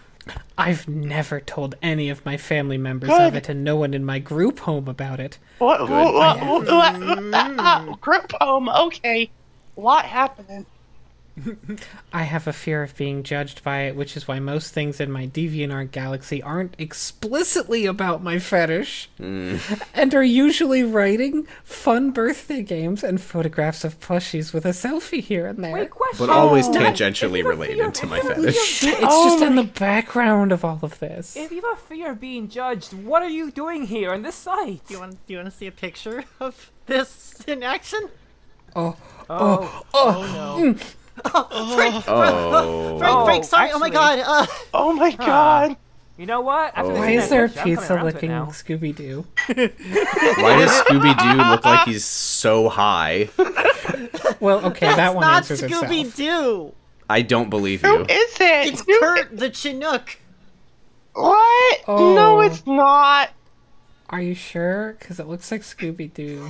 [SPEAKER 1] I've never told any of my family members of
[SPEAKER 3] Good.
[SPEAKER 1] it and no one in my group home about it.
[SPEAKER 3] What, what, what, what, uh, group home. Okay. Lot happening.
[SPEAKER 1] I have a fear of being judged by it, which is why most things in my DeviantArt galaxy aren't explicitly about my fetish and are usually writing fun birthday games and photographs of plushies with a selfie here and there.
[SPEAKER 6] But always tangentially related to my fetish.
[SPEAKER 1] Shit, it's
[SPEAKER 2] Oh
[SPEAKER 1] just in the background of all of this.
[SPEAKER 5] If you have a fear of being judged, what are you doing here on this site?
[SPEAKER 2] Do you want? Do you want to see a picture of this in action?
[SPEAKER 1] Oh.
[SPEAKER 5] Oh,
[SPEAKER 2] Oh,
[SPEAKER 1] Mm.
[SPEAKER 6] Oh.
[SPEAKER 2] Frank, Frank, sorry. Oh my
[SPEAKER 5] actually-
[SPEAKER 2] God. Uh,
[SPEAKER 3] Oh my god.
[SPEAKER 5] You know what?
[SPEAKER 6] Oh.
[SPEAKER 5] After this
[SPEAKER 1] Why is there a
[SPEAKER 5] internet, I'm coming
[SPEAKER 1] pizza
[SPEAKER 5] around to it
[SPEAKER 1] licking
[SPEAKER 5] now.
[SPEAKER 1] Scooby Doo?
[SPEAKER 6] Why does Scooby Doo look like he's so high?
[SPEAKER 1] Well, okay,
[SPEAKER 2] that's
[SPEAKER 1] that one
[SPEAKER 2] not
[SPEAKER 1] answers itself.
[SPEAKER 2] Scooby Doo.
[SPEAKER 6] I don't believe
[SPEAKER 3] Who
[SPEAKER 6] you.
[SPEAKER 3] is it?
[SPEAKER 2] It's
[SPEAKER 3] Who-
[SPEAKER 2] Kurt the Chinook.
[SPEAKER 3] What?
[SPEAKER 1] Oh.
[SPEAKER 3] No, it's not.
[SPEAKER 1] Are you sure? Because it looks like Scooby Doo.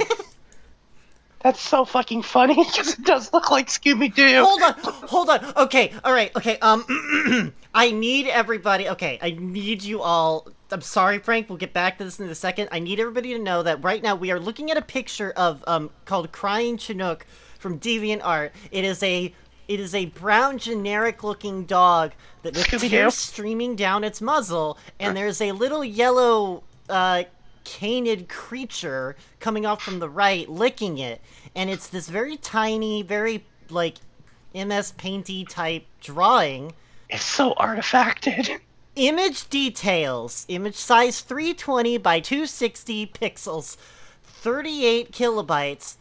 [SPEAKER 3] That's so fucking funny [laughs] because it does look like Scooby Doo.
[SPEAKER 2] hold on, hold on. Okay, all right, okay. Um, I need everybody. Okay, I need you all. I'm sorry, Frank. We'll get back to this in a second. I need everybody to know that right now we are looking at a picture of um called Crying Chinook from DeviantArt. It is a it is a brown generic-looking dog that with
[SPEAKER 3] Scooby-Doo?
[SPEAKER 2] tears streaming down its muzzle, and there's a little yellow uh canid creature coming off from the right, licking it, and it's this very tiny, very like MS Painty type drawing.
[SPEAKER 3] It's so artifacted.
[SPEAKER 2] Image details. Image size 320 by 260 pixels. 38 kilobytes.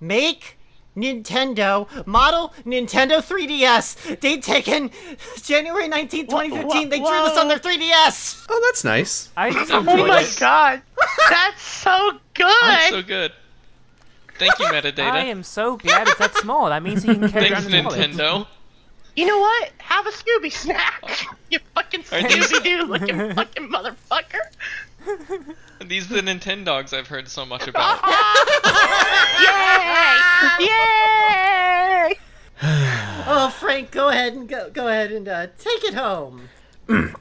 [SPEAKER 2] Make Nintendo. Model Nintendo 3DS. Date taken January 19, 2015. They drew this on their 3DS.
[SPEAKER 6] Oh, that's nice.
[SPEAKER 5] I
[SPEAKER 3] Oh
[SPEAKER 5] enjoyed
[SPEAKER 3] my
[SPEAKER 5] it.
[SPEAKER 1] [laughs]
[SPEAKER 3] god, that's so good.
[SPEAKER 7] That's so good.
[SPEAKER 3] [laughs]
[SPEAKER 7] Thank you,
[SPEAKER 5] I
[SPEAKER 7] metadata.
[SPEAKER 5] am so glad it's that small. That means he can carry
[SPEAKER 7] Thanks,
[SPEAKER 5] around his wallet.
[SPEAKER 7] Nintendo.
[SPEAKER 3] you know what? Have a Scooby snack. [laughs] you fucking
[SPEAKER 7] Are these-
[SPEAKER 3] Scooby
[SPEAKER 1] [laughs]
[SPEAKER 3] Doo looking fucking motherfucker.
[SPEAKER 7] These are the Nintendogs I've heard so much about.
[SPEAKER 3] [laughs] Yay! Yay!
[SPEAKER 2] Oh, Frank, go ahead and go, go ahead and uh, take it home.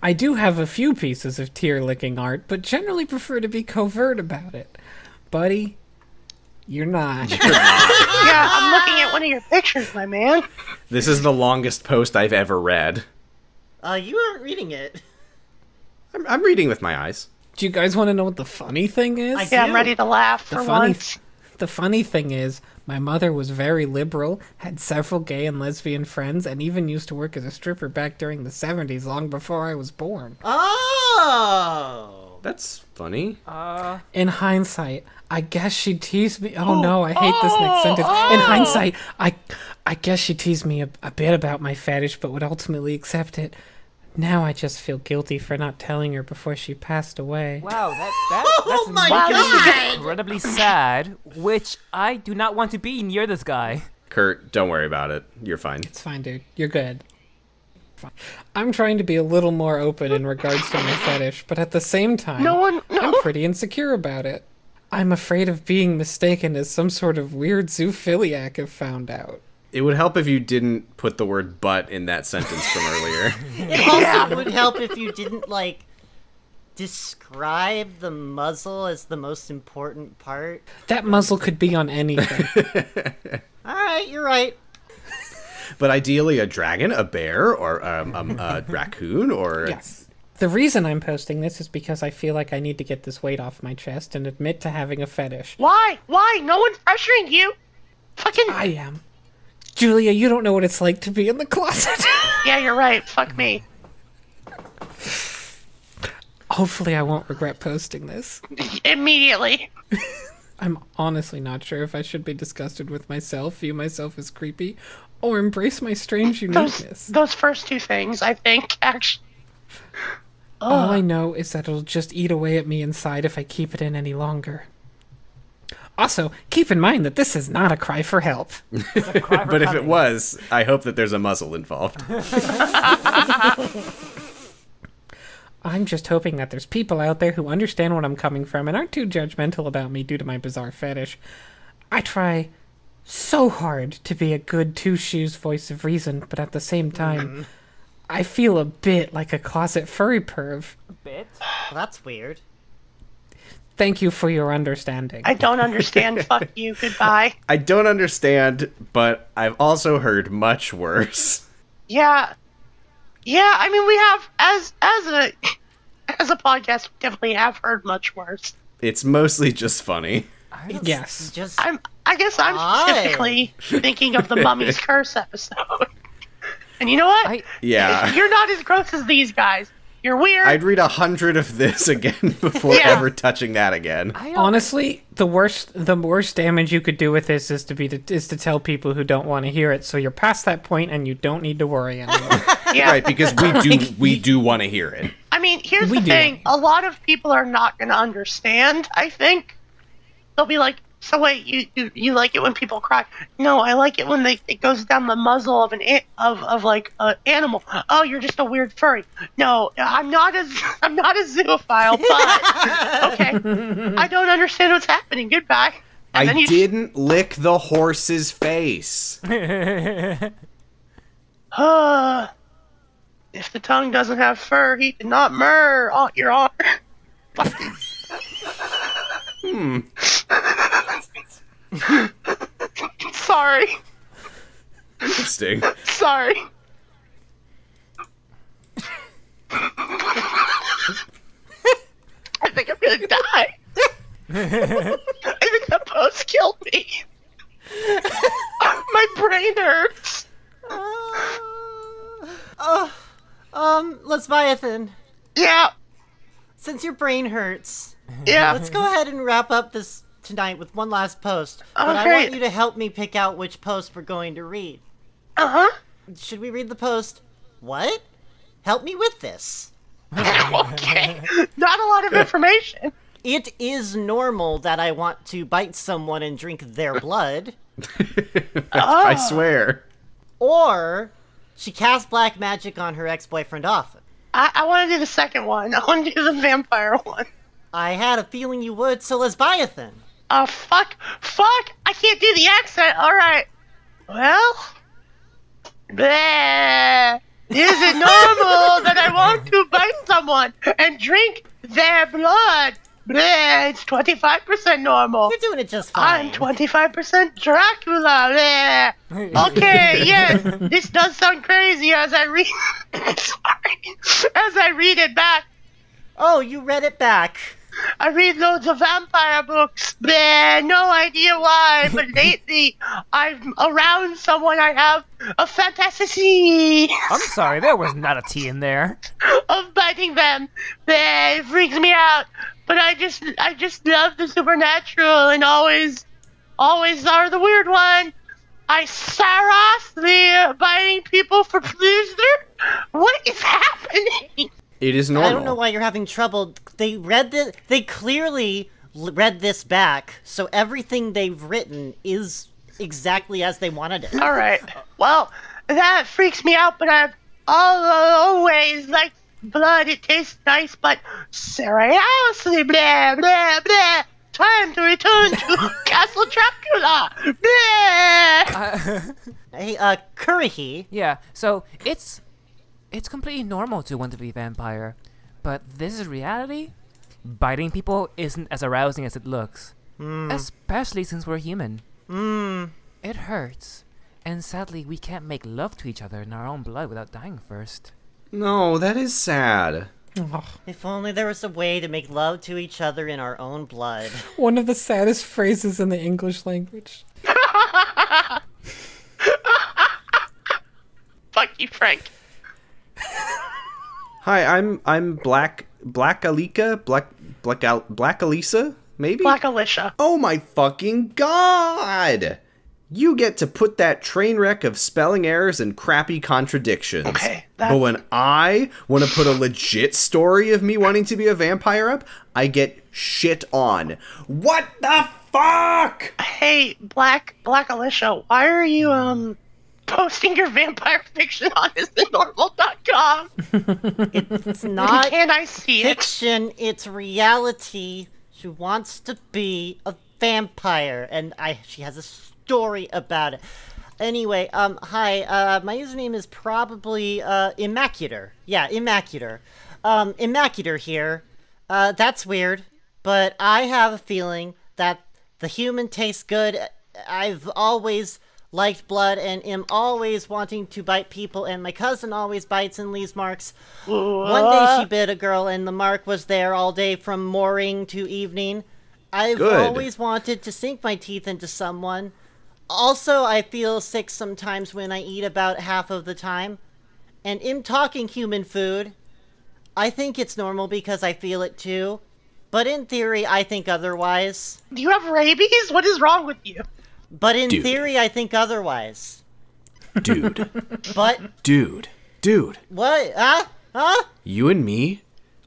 [SPEAKER 1] I do have a few pieces of tear licking art, but generally prefer to be covert about it. Buddy, you're not.
[SPEAKER 3] Yeah, I'm looking at one of your pictures, my man.
[SPEAKER 6] This is the longest post I've ever read.
[SPEAKER 2] Uh, you aren't reading it.
[SPEAKER 6] I'm, I'm reading with my eyes.
[SPEAKER 1] do you guys want to know what the funny thing is?
[SPEAKER 2] I-
[SPEAKER 3] Yeah, I'm ready to laugh for
[SPEAKER 1] the funny,
[SPEAKER 3] once.
[SPEAKER 1] the funny thing is, my mother was very liberal, had several gay and lesbian friends, and even used to work as a stripper back during the 70s, long before I was born.
[SPEAKER 2] Oh.
[SPEAKER 6] That's funny.
[SPEAKER 5] Uh,
[SPEAKER 1] In hindsight, I guess she teased me. Oh, no, I hate this next sentence. In
[SPEAKER 3] oh.
[SPEAKER 1] hindsight, I, I guess she teased me a, a bit about my fetish, but would ultimately accept it. Now I just feel guilty for not telling her before she passed away.
[SPEAKER 5] wow, that, that that's
[SPEAKER 2] Oh my
[SPEAKER 5] incredibly-
[SPEAKER 2] God!
[SPEAKER 5] incredibly sad. Which I do not want to be near this guy.
[SPEAKER 6] Kurt, don't worry about it. You're fine.
[SPEAKER 1] It's fine, dude. You're good. Fine. I'm trying to be a little more open in regards to my fetish, but at the same time,
[SPEAKER 3] No one,
[SPEAKER 1] I'm
[SPEAKER 3] no.
[SPEAKER 1] pretty insecure about it. I'm afraid of being mistaken as some sort of weird zoophiliac if found out.
[SPEAKER 6] It would help if you didn't put the word "but" in that sentence from [laughs] earlier.
[SPEAKER 2] It also would help if you didn't like describe the muzzle as the most important part.
[SPEAKER 1] That muzzle could be on anything.
[SPEAKER 2] All right, you're right.
[SPEAKER 6] But ideally, a dragon, a bear, or um, um, a raccoon, [laughs] or
[SPEAKER 1] yes. The reason I'm posting this is because I feel like I need to get this weight off my chest and admit to having a fetish.
[SPEAKER 3] Why? Why? No one's pressuring you. Fucking.
[SPEAKER 1] I am. Julia, you don't know what it's like to be in the closet. [laughs]
[SPEAKER 3] Yeah, you're right. Fuck me.
[SPEAKER 1] Hopefully, I won't regret posting this.
[SPEAKER 3] Immediately.
[SPEAKER 1] I'm honestly not sure if I should be disgusted with myself, view myself as creepy, or embrace my strange
[SPEAKER 3] Those,
[SPEAKER 1] uniqueness.
[SPEAKER 3] those first two things, I think, actually.
[SPEAKER 1] All I know is that it'll just eat away at me inside if I keep it in any longer. Also, keep in mind that this is not a cry for help.
[SPEAKER 6] but if it was, I hope that there's a muzzle involved.
[SPEAKER 1] I'm just hoping that there's people out there who understand what I'm coming from and aren't too judgmental about me due to my bizarre fetish. I try so hard to be a good two shoes voice of reason, but at the same
[SPEAKER 5] Mm.
[SPEAKER 1] time, I feel a bit like a closet furry perv.
[SPEAKER 5] Bit.
[SPEAKER 2] Well, that's weird.
[SPEAKER 1] Thank you for your understanding.
[SPEAKER 3] I
[SPEAKER 1] [laughs]
[SPEAKER 3] don't understand. Fuck you. Goodbye.
[SPEAKER 6] I don't understand, but I've also heard much worse.
[SPEAKER 3] Yeah. Yeah, I mean, we have, as as a [laughs] as a podcast, we definitely have heard much worse.
[SPEAKER 6] It's mostly just funny.
[SPEAKER 1] yes.
[SPEAKER 2] Just
[SPEAKER 3] I'm, I guess I'm
[SPEAKER 2] Why?
[SPEAKER 3] specifically thinking of the Mummy's Curse episode. [laughs] And you know what?
[SPEAKER 5] I
[SPEAKER 6] Yeah.
[SPEAKER 3] You're not as gross as these guys. You're weird.
[SPEAKER 6] I'd read a hundred of this again [laughs] before
[SPEAKER 3] Yeah.
[SPEAKER 6] ever touching that again.
[SPEAKER 5] I don't
[SPEAKER 1] Honestly, the worst the worst damage you could do with this is to be to, is to tell people who don't want to hear it. So you're past that point and you don't need to worry
[SPEAKER 5] [laughs]
[SPEAKER 1] anymore.
[SPEAKER 3] yeah.
[SPEAKER 6] Right, because we do we do want to hear it.
[SPEAKER 3] I mean, here's
[SPEAKER 1] We
[SPEAKER 3] the
[SPEAKER 1] do.
[SPEAKER 3] thing: a lot of people are not going to understand. I think they'll be like, "So wait, you, you you like it when people cry? No, I like it when they it goes down the muzzle of an a- of of like an animal. Oh, you're just a weird furry. No, I'm not as [laughs]
[SPEAKER 1] [laughs]
[SPEAKER 3] I'm not a zoophile, but okay, I don't understand what's happening. Goodbye. And then
[SPEAKER 6] I
[SPEAKER 3] you-
[SPEAKER 6] didn't lick the horse's face.
[SPEAKER 3] Uh, if the tongue doesn't have fur, he did not murr, oh, Your Honor. Fucking- sorry,
[SPEAKER 6] Interesting. [laughs]
[SPEAKER 3] sorry. I think I'm gonna die. I think that post killed me. My brain hurts.
[SPEAKER 2] uh, Um, Lesbiathan,
[SPEAKER 3] Yeah,
[SPEAKER 2] since your brain hurts,
[SPEAKER 3] yeah.
[SPEAKER 2] let's go ahead and wrap up this tonight with one last post. But I
[SPEAKER 3] Alright.
[SPEAKER 2] want you to help me pick out which post we're going to read.
[SPEAKER 3] Uh huh.
[SPEAKER 2] Should we read the post? What? Help me with this.
[SPEAKER 3] okay. [laughs] Not a lot of information.
[SPEAKER 2] It is normal that I want to bite someone and drink their blood.
[SPEAKER 6] I swear.
[SPEAKER 2] Or she casts black magic on her ex boyfriend often.
[SPEAKER 3] I, I want to do the second one. I want to do the vampire one.
[SPEAKER 2] I had a feeling you would, so Lesbiathan.
[SPEAKER 3] Oh, fuck. Fuck. I can't do the accent. All right. Well. Bleh. Is it normal that I want to bite someone and drink their blood? Bleh. It's 25% normal.
[SPEAKER 2] You're doing it just fine.
[SPEAKER 3] I'm 25% Dracula. Yeah. Okay, yes. This does sound crazy as I read [coughs] Sorry. As I read it back.
[SPEAKER 2] oh, you read it back.
[SPEAKER 3] I read loads of vampire books. Bleh, no idea why, but lately I'm around someone I have a fantasy
[SPEAKER 5] I'm sorry, there was not a T in there. [laughs]
[SPEAKER 3] of biting them. Bleh, it freaks me out. But I just I just love the supernatural and always always are the weird one. I seriously biting people for pleasure. What is happening? [laughs]
[SPEAKER 6] It is normal.
[SPEAKER 2] I don't know why you're having trouble. They read the. They clearly l- read this back, so everything they've written is exactly as they wanted it.
[SPEAKER 3] [coughs] All right. Well, that freaks me out, but I've al- always liked blood. It tastes nice, but seriously, blah, blah, blah. Time to return to [laughs] Castle Dracula. Blah.
[SPEAKER 2] Hey, uh, Kurihi,
[SPEAKER 5] Yeah, so it's it's completely normal to want to be a vampire, but this is reality. Biting people isn't as arousing as it looks, especially since we're human. Mm. It hurts, and sadly, we can't make love to each other in our own blood without dying first.
[SPEAKER 6] No, that is sad.
[SPEAKER 2] if only there was a way to make love to each other in our own blood.
[SPEAKER 1] One of the saddest phrases in the English language.
[SPEAKER 3] Fuck you, Frank.
[SPEAKER 6] Hi, I'm I'm Black Black Alika Black Black Al, Black Alisa maybe.
[SPEAKER 3] Black Alicia.
[SPEAKER 6] oh my fucking god! You get to put that train wreck of spelling errors and crappy contradictions.
[SPEAKER 3] Okay,
[SPEAKER 6] But
[SPEAKER 3] that's-
[SPEAKER 6] when I want to put a legit story of me wanting to be a vampire up, I get shit on. What the fuck?
[SPEAKER 3] Hey, Black Black Alicia, why are you um posting your vampire fiction on isthenormal.com?
[SPEAKER 2] It's not
[SPEAKER 3] Can I see it?
[SPEAKER 2] fiction, it's reality. She wants to be a vampire, and I she has a story about it. Anyway, um, hi. Uh, my username is probably uh, Immaculator. Yeah, Immaculator. Um, Immaculator here. Uh, that's weird, but I have a feeling that the human tastes good. I've always liked blood and am always wanting to bite people, and my cousin always bites and leaves marks. One day
[SPEAKER 6] Uh.
[SPEAKER 2] she bit a girl, and the mark was there all day from morning to evening. I've
[SPEAKER 6] Good.
[SPEAKER 2] always wanted to sink my teeth into someone. Also, I feel sick sometimes when I eat about half of the time. And am talking human food. I think it's normal because I feel it too. But in theory, I think otherwise.
[SPEAKER 3] Do you have rabies? What is wrong with you?
[SPEAKER 2] But in
[SPEAKER 6] Dude.
[SPEAKER 2] theory, I think otherwise.
[SPEAKER 6] Dude,
[SPEAKER 2] But
[SPEAKER 6] dude, dude,
[SPEAKER 2] what? Huh? Huh?
[SPEAKER 6] you and me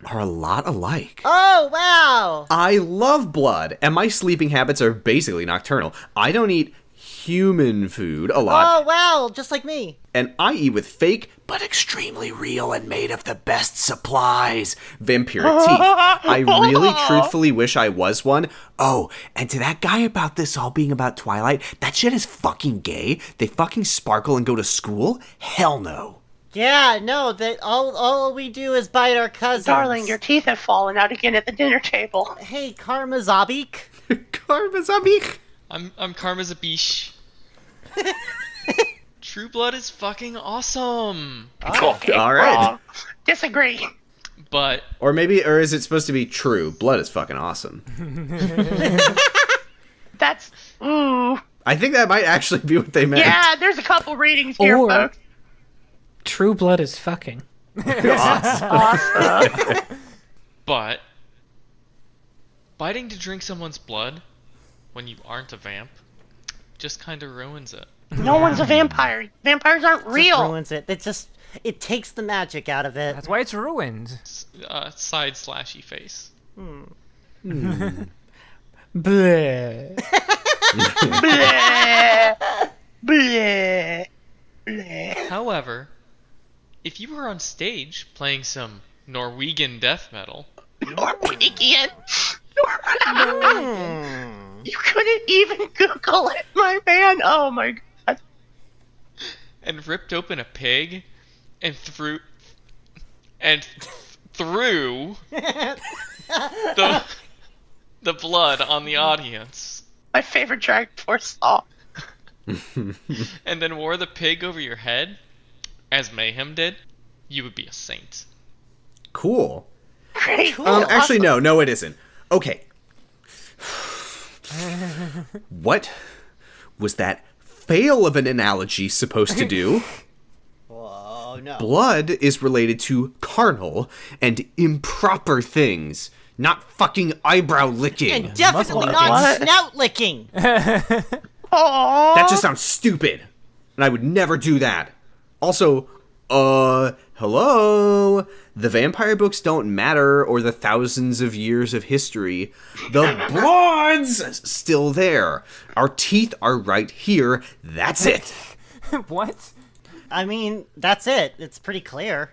[SPEAKER 6] are a lot alike.
[SPEAKER 2] Oh, wow!
[SPEAKER 6] I love blood, and my sleeping habits are basically nocturnal. I don't eat human food a lot,
[SPEAKER 2] Oh wow, just like me.
[SPEAKER 6] and I eat with fake but extremely real and made of the best supplies vampiric teeth. I really truthfully wish I was one. Oh, and to that guy about this all being about Twilight, that shit is fucking gay. They fucking sparkle and go to school? Hell no.
[SPEAKER 2] Yeah, no, that all all we do is bite our cousins.
[SPEAKER 3] Darling, your teeth have fallen out again at the dinner table.
[SPEAKER 2] Hey, Karma Zabik.
[SPEAKER 6] Karma Zabik.
[SPEAKER 7] I'm I'm
[SPEAKER 3] [laughs]
[SPEAKER 7] Karma Zabish. True Blood is fucking awesome.
[SPEAKER 6] All right.
[SPEAKER 3] Wrong. Disagree.
[SPEAKER 7] But
[SPEAKER 6] Or maybe, or is it supposed to be true? Blood is fucking awesome.
[SPEAKER 3] That's ooh.
[SPEAKER 6] I think that might actually be what they meant.
[SPEAKER 3] Yeah, there's a couple readings here,
[SPEAKER 1] Or-
[SPEAKER 3] folks.
[SPEAKER 1] True blood is fucking.
[SPEAKER 3] Awesome.
[SPEAKER 7] but biting to drink someone's blood when you aren't a vamp just kind of ruins it.
[SPEAKER 3] no one's a vampire. Vampires aren't
[SPEAKER 2] just
[SPEAKER 3] real.
[SPEAKER 2] ruins it. It just it takes the magic out of it.
[SPEAKER 5] That's why it's ruined.
[SPEAKER 7] S- Uh, side slashy face.
[SPEAKER 1] Bleh.
[SPEAKER 3] Bleh.
[SPEAKER 7] However, if you were on stage playing some Norwegian death metal,
[SPEAKER 3] Norwegian. you couldn't even Google it, my man. Oh my god.
[SPEAKER 7] and ripped open a pig and threw and th- threw the the blood on the audience
[SPEAKER 3] My favorite Dragon Force song.
[SPEAKER 7] and then wore the pig over your head as mayhem did you would be a saint
[SPEAKER 6] Cool.
[SPEAKER 3] Great.
[SPEAKER 6] Um, actually, no, no, it isn't. Okay. what was that fail of an analogy supposed to do?
[SPEAKER 2] [laughs] Whoa, no.
[SPEAKER 6] Blood is related to carnal and improper things, not fucking eyebrow licking.
[SPEAKER 2] And definitely not snout licking.
[SPEAKER 3] Aww.
[SPEAKER 6] That just sounds stupid, and I would never do that. Also, uh, hello? The vampire books don't matter or the thousands of years of history. The blood's still there. Our teeth are right here. That's it.
[SPEAKER 5] [laughs] what?
[SPEAKER 2] I mean, that's it. It's pretty clear.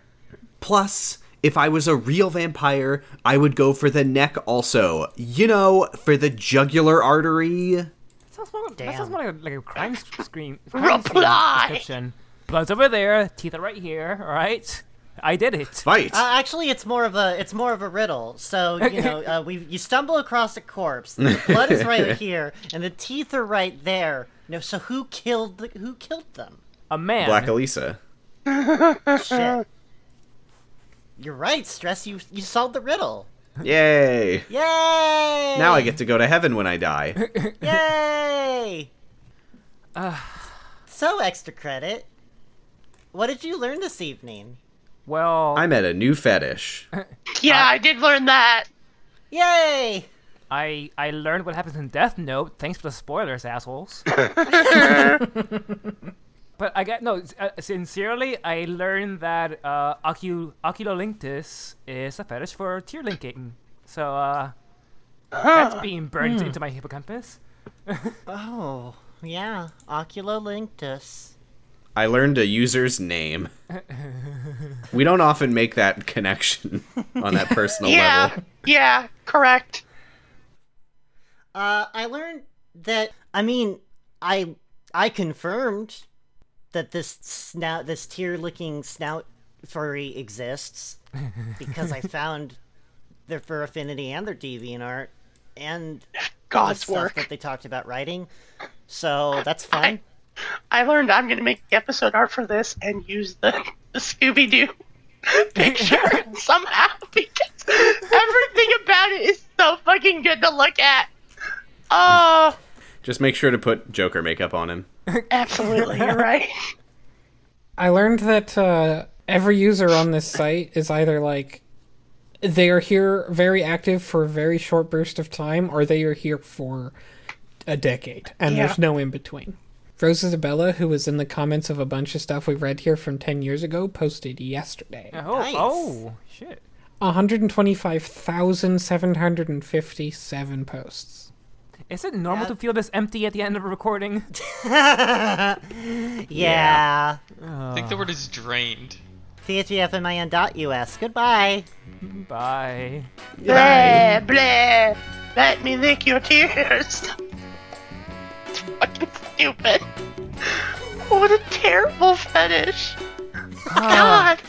[SPEAKER 6] Plus, if I was a real vampire, I would go for the neck also. You know, for the jugular artery.
[SPEAKER 5] Sounds more, that
[SPEAKER 2] Damn.
[SPEAKER 5] sounds more like a, like a
[SPEAKER 2] [laughs]
[SPEAKER 5] crime sc- screen. crime scene
[SPEAKER 3] Reply.
[SPEAKER 5] Description. Blood's over there. Teeth are right here. All right. I did it.
[SPEAKER 6] Fight.
[SPEAKER 2] Uh, actually, it's more of a it's more of a riddle. So you know, uh, we you stumble across a corpse. The blood is
[SPEAKER 6] [laughs]
[SPEAKER 2] right here, and the teeth are right there. No, so who killed the, who killed them?
[SPEAKER 5] A man.
[SPEAKER 6] Black Elisa. Uh.
[SPEAKER 2] Shit. You're right, stress. You you solved the riddle.
[SPEAKER 6] Yay.
[SPEAKER 2] Yay!
[SPEAKER 6] Now I get to go to heaven when I die.
[SPEAKER 2] [sighs] Yay! so extra credit. What did you learn this evening?
[SPEAKER 5] well,
[SPEAKER 6] I'm at a new fetish.
[SPEAKER 3] yeah, I did learn that.
[SPEAKER 2] Yay!
[SPEAKER 5] I I learned what happens in Death Note. Thanks for the spoilers,
[SPEAKER 6] [laughs]
[SPEAKER 5] assholes. [laughs] but I got no. s- Uh, sincerely, I learned that uh, Ocul- Oculolinctus is a fetish for tear linking. So uh, that's being burned
[SPEAKER 2] Hmm.
[SPEAKER 5] into my hippocampus.
[SPEAKER 2] Oh, yeah, Oculolinctus.
[SPEAKER 6] I learned a user's name. we don't often make that connection on that personal
[SPEAKER 3] Yeah.
[SPEAKER 6] level.
[SPEAKER 3] Yeah, correct.
[SPEAKER 2] Uh, I learned that. I mean, I I confirmed that this snout, this tear-licking snout furry [laughs] exists because I found their fur affinity and their DeviantArt and the
[SPEAKER 3] God's
[SPEAKER 2] stuff
[SPEAKER 3] work.
[SPEAKER 2] that they talked about writing. So that's fun.
[SPEAKER 3] I learned I'm going to make the episode art for this and use the, the Scooby Doo [laughs] picture somehow because everything about it is so fucking good to look at. Oh,
[SPEAKER 6] Just make sure to put Joker makeup on him.
[SPEAKER 3] absolutely. You're right.
[SPEAKER 1] I learned that uh, every user on this site is either like they are here very active for a very short burst of time, or they are here for a decade, and
[SPEAKER 3] Yeah.
[SPEAKER 1] there's no in between. Rose Isabella, who was in the comments of a bunch of stuff we read here from 10 years ago, posted yesterday.
[SPEAKER 5] Oh,
[SPEAKER 2] Nice.
[SPEAKER 5] oh, shit.
[SPEAKER 1] 125,757 posts.
[SPEAKER 5] Is it normal
[SPEAKER 2] Yeah.
[SPEAKER 5] to feel this empty at the end of a recording?
[SPEAKER 2] yeah.
[SPEAKER 7] I think the word is drained.
[SPEAKER 2] THGFMIN.us. Goodbye.
[SPEAKER 5] Bye.
[SPEAKER 3] Blah, blah. Let me lick your tears. [laughs] It's fucking stupid. What a terrible fetish.
[SPEAKER 6] Ah.
[SPEAKER 3] God.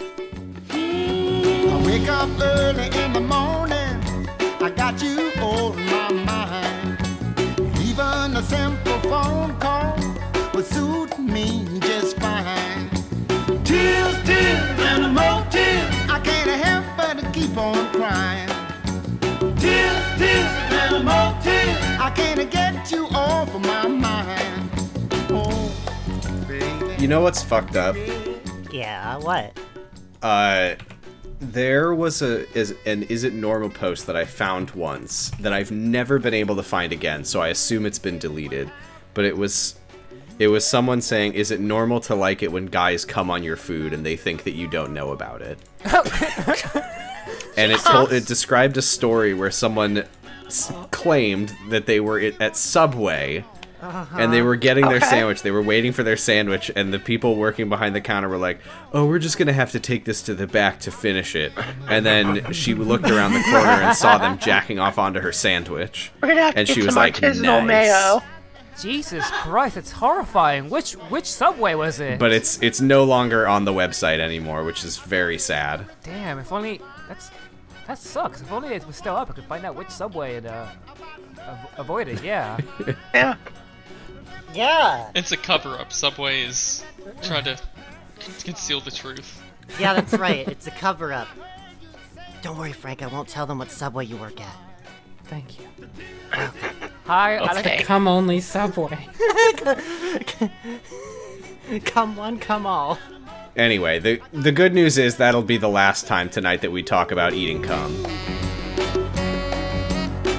[SPEAKER 8] I wake up early in the morning. I got you on my mind. Even a simple phone call would suit me just fine. Tears, tears, and more tears. I can't help but to keep on crying. Tears, tears, and more tears. I can't get you off of my mind. Oh, baby.
[SPEAKER 6] You know what's fucked up?
[SPEAKER 2] Yeah, what?
[SPEAKER 6] Uh, there was a is an is it normal post that I found once that I've never been able to find again, so I assume it's been deleted. But it was it was someone saying, "Is it normal to like it when guys come on your food and they think that you don't know about it?"
[SPEAKER 3] [laughs]
[SPEAKER 6] and it told it described a story where someone s- claimed that they were i- at Subway and
[SPEAKER 3] Uh-huh.
[SPEAKER 6] they were getting their sandwich. They were waiting for their sandwich, and the people working behind the counter were like, "Oh, we're just gonna have to take this to the back to finish it." And then she looked around the corner and saw them jacking off onto her sandwich.
[SPEAKER 3] We're gonna have to
[SPEAKER 6] And
[SPEAKER 3] get
[SPEAKER 6] she was
[SPEAKER 3] some
[SPEAKER 6] like,
[SPEAKER 3] artisanal
[SPEAKER 6] "Nice."
[SPEAKER 3] mayo.
[SPEAKER 5] Jesus Christ, it's horrifying. Which which subway was it?
[SPEAKER 6] But it's it's no longer on the website anymore, which is very sad.
[SPEAKER 5] damn, if only that's that sucks. If only it was still up, I could find out which subway and uh, av- avoid it. Yeah.
[SPEAKER 3] Yeah.
[SPEAKER 2] Yeah.
[SPEAKER 7] It's a cover up. Subway is trying to conceal the truth.
[SPEAKER 2] Yeah, [laughs] that's right. It's a cover up. Don't worry, Frank. I won't tell them what subway you work at.
[SPEAKER 1] Thank you.
[SPEAKER 5] Hi, Alex.
[SPEAKER 3] Okay.
[SPEAKER 1] Come only Subway.
[SPEAKER 2] Come one, come all.
[SPEAKER 6] Anyway, the the good news is that'll be the last time tonight that we talk about eating cum.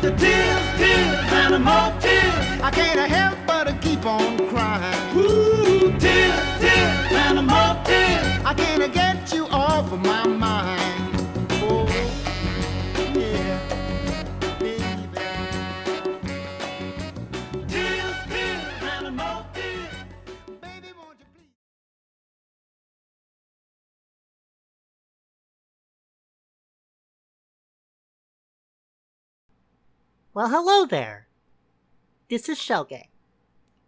[SPEAKER 8] The tears, tears, and more tears. I can't help but to keep on crying. Ooh, tears, tears, and more tears. I can't get you off of my mind. Oh, yeah, baby. Tears, tears, and more tears. Baby, won't you please?
[SPEAKER 2] Well, hello there. This is Shelgay.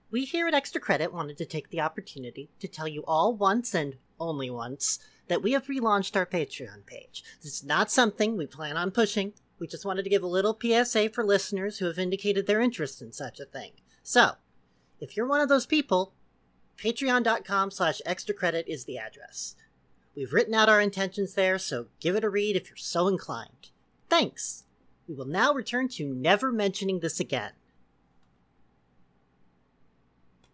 [SPEAKER 2] We here at Extra Credit wanted to take the opportunity to tell you all once and only once that we have relaunched our Patreon page. This is not something we plan on pushing. We just wanted to give a little PSA for listeners who have indicated their interest in such a thing. So, if you're one of those people, patreon.com slash extra credit is the address. We've written out our intentions there, so give it a read if you're so inclined. Thanks! We will now return to never mentioning this again.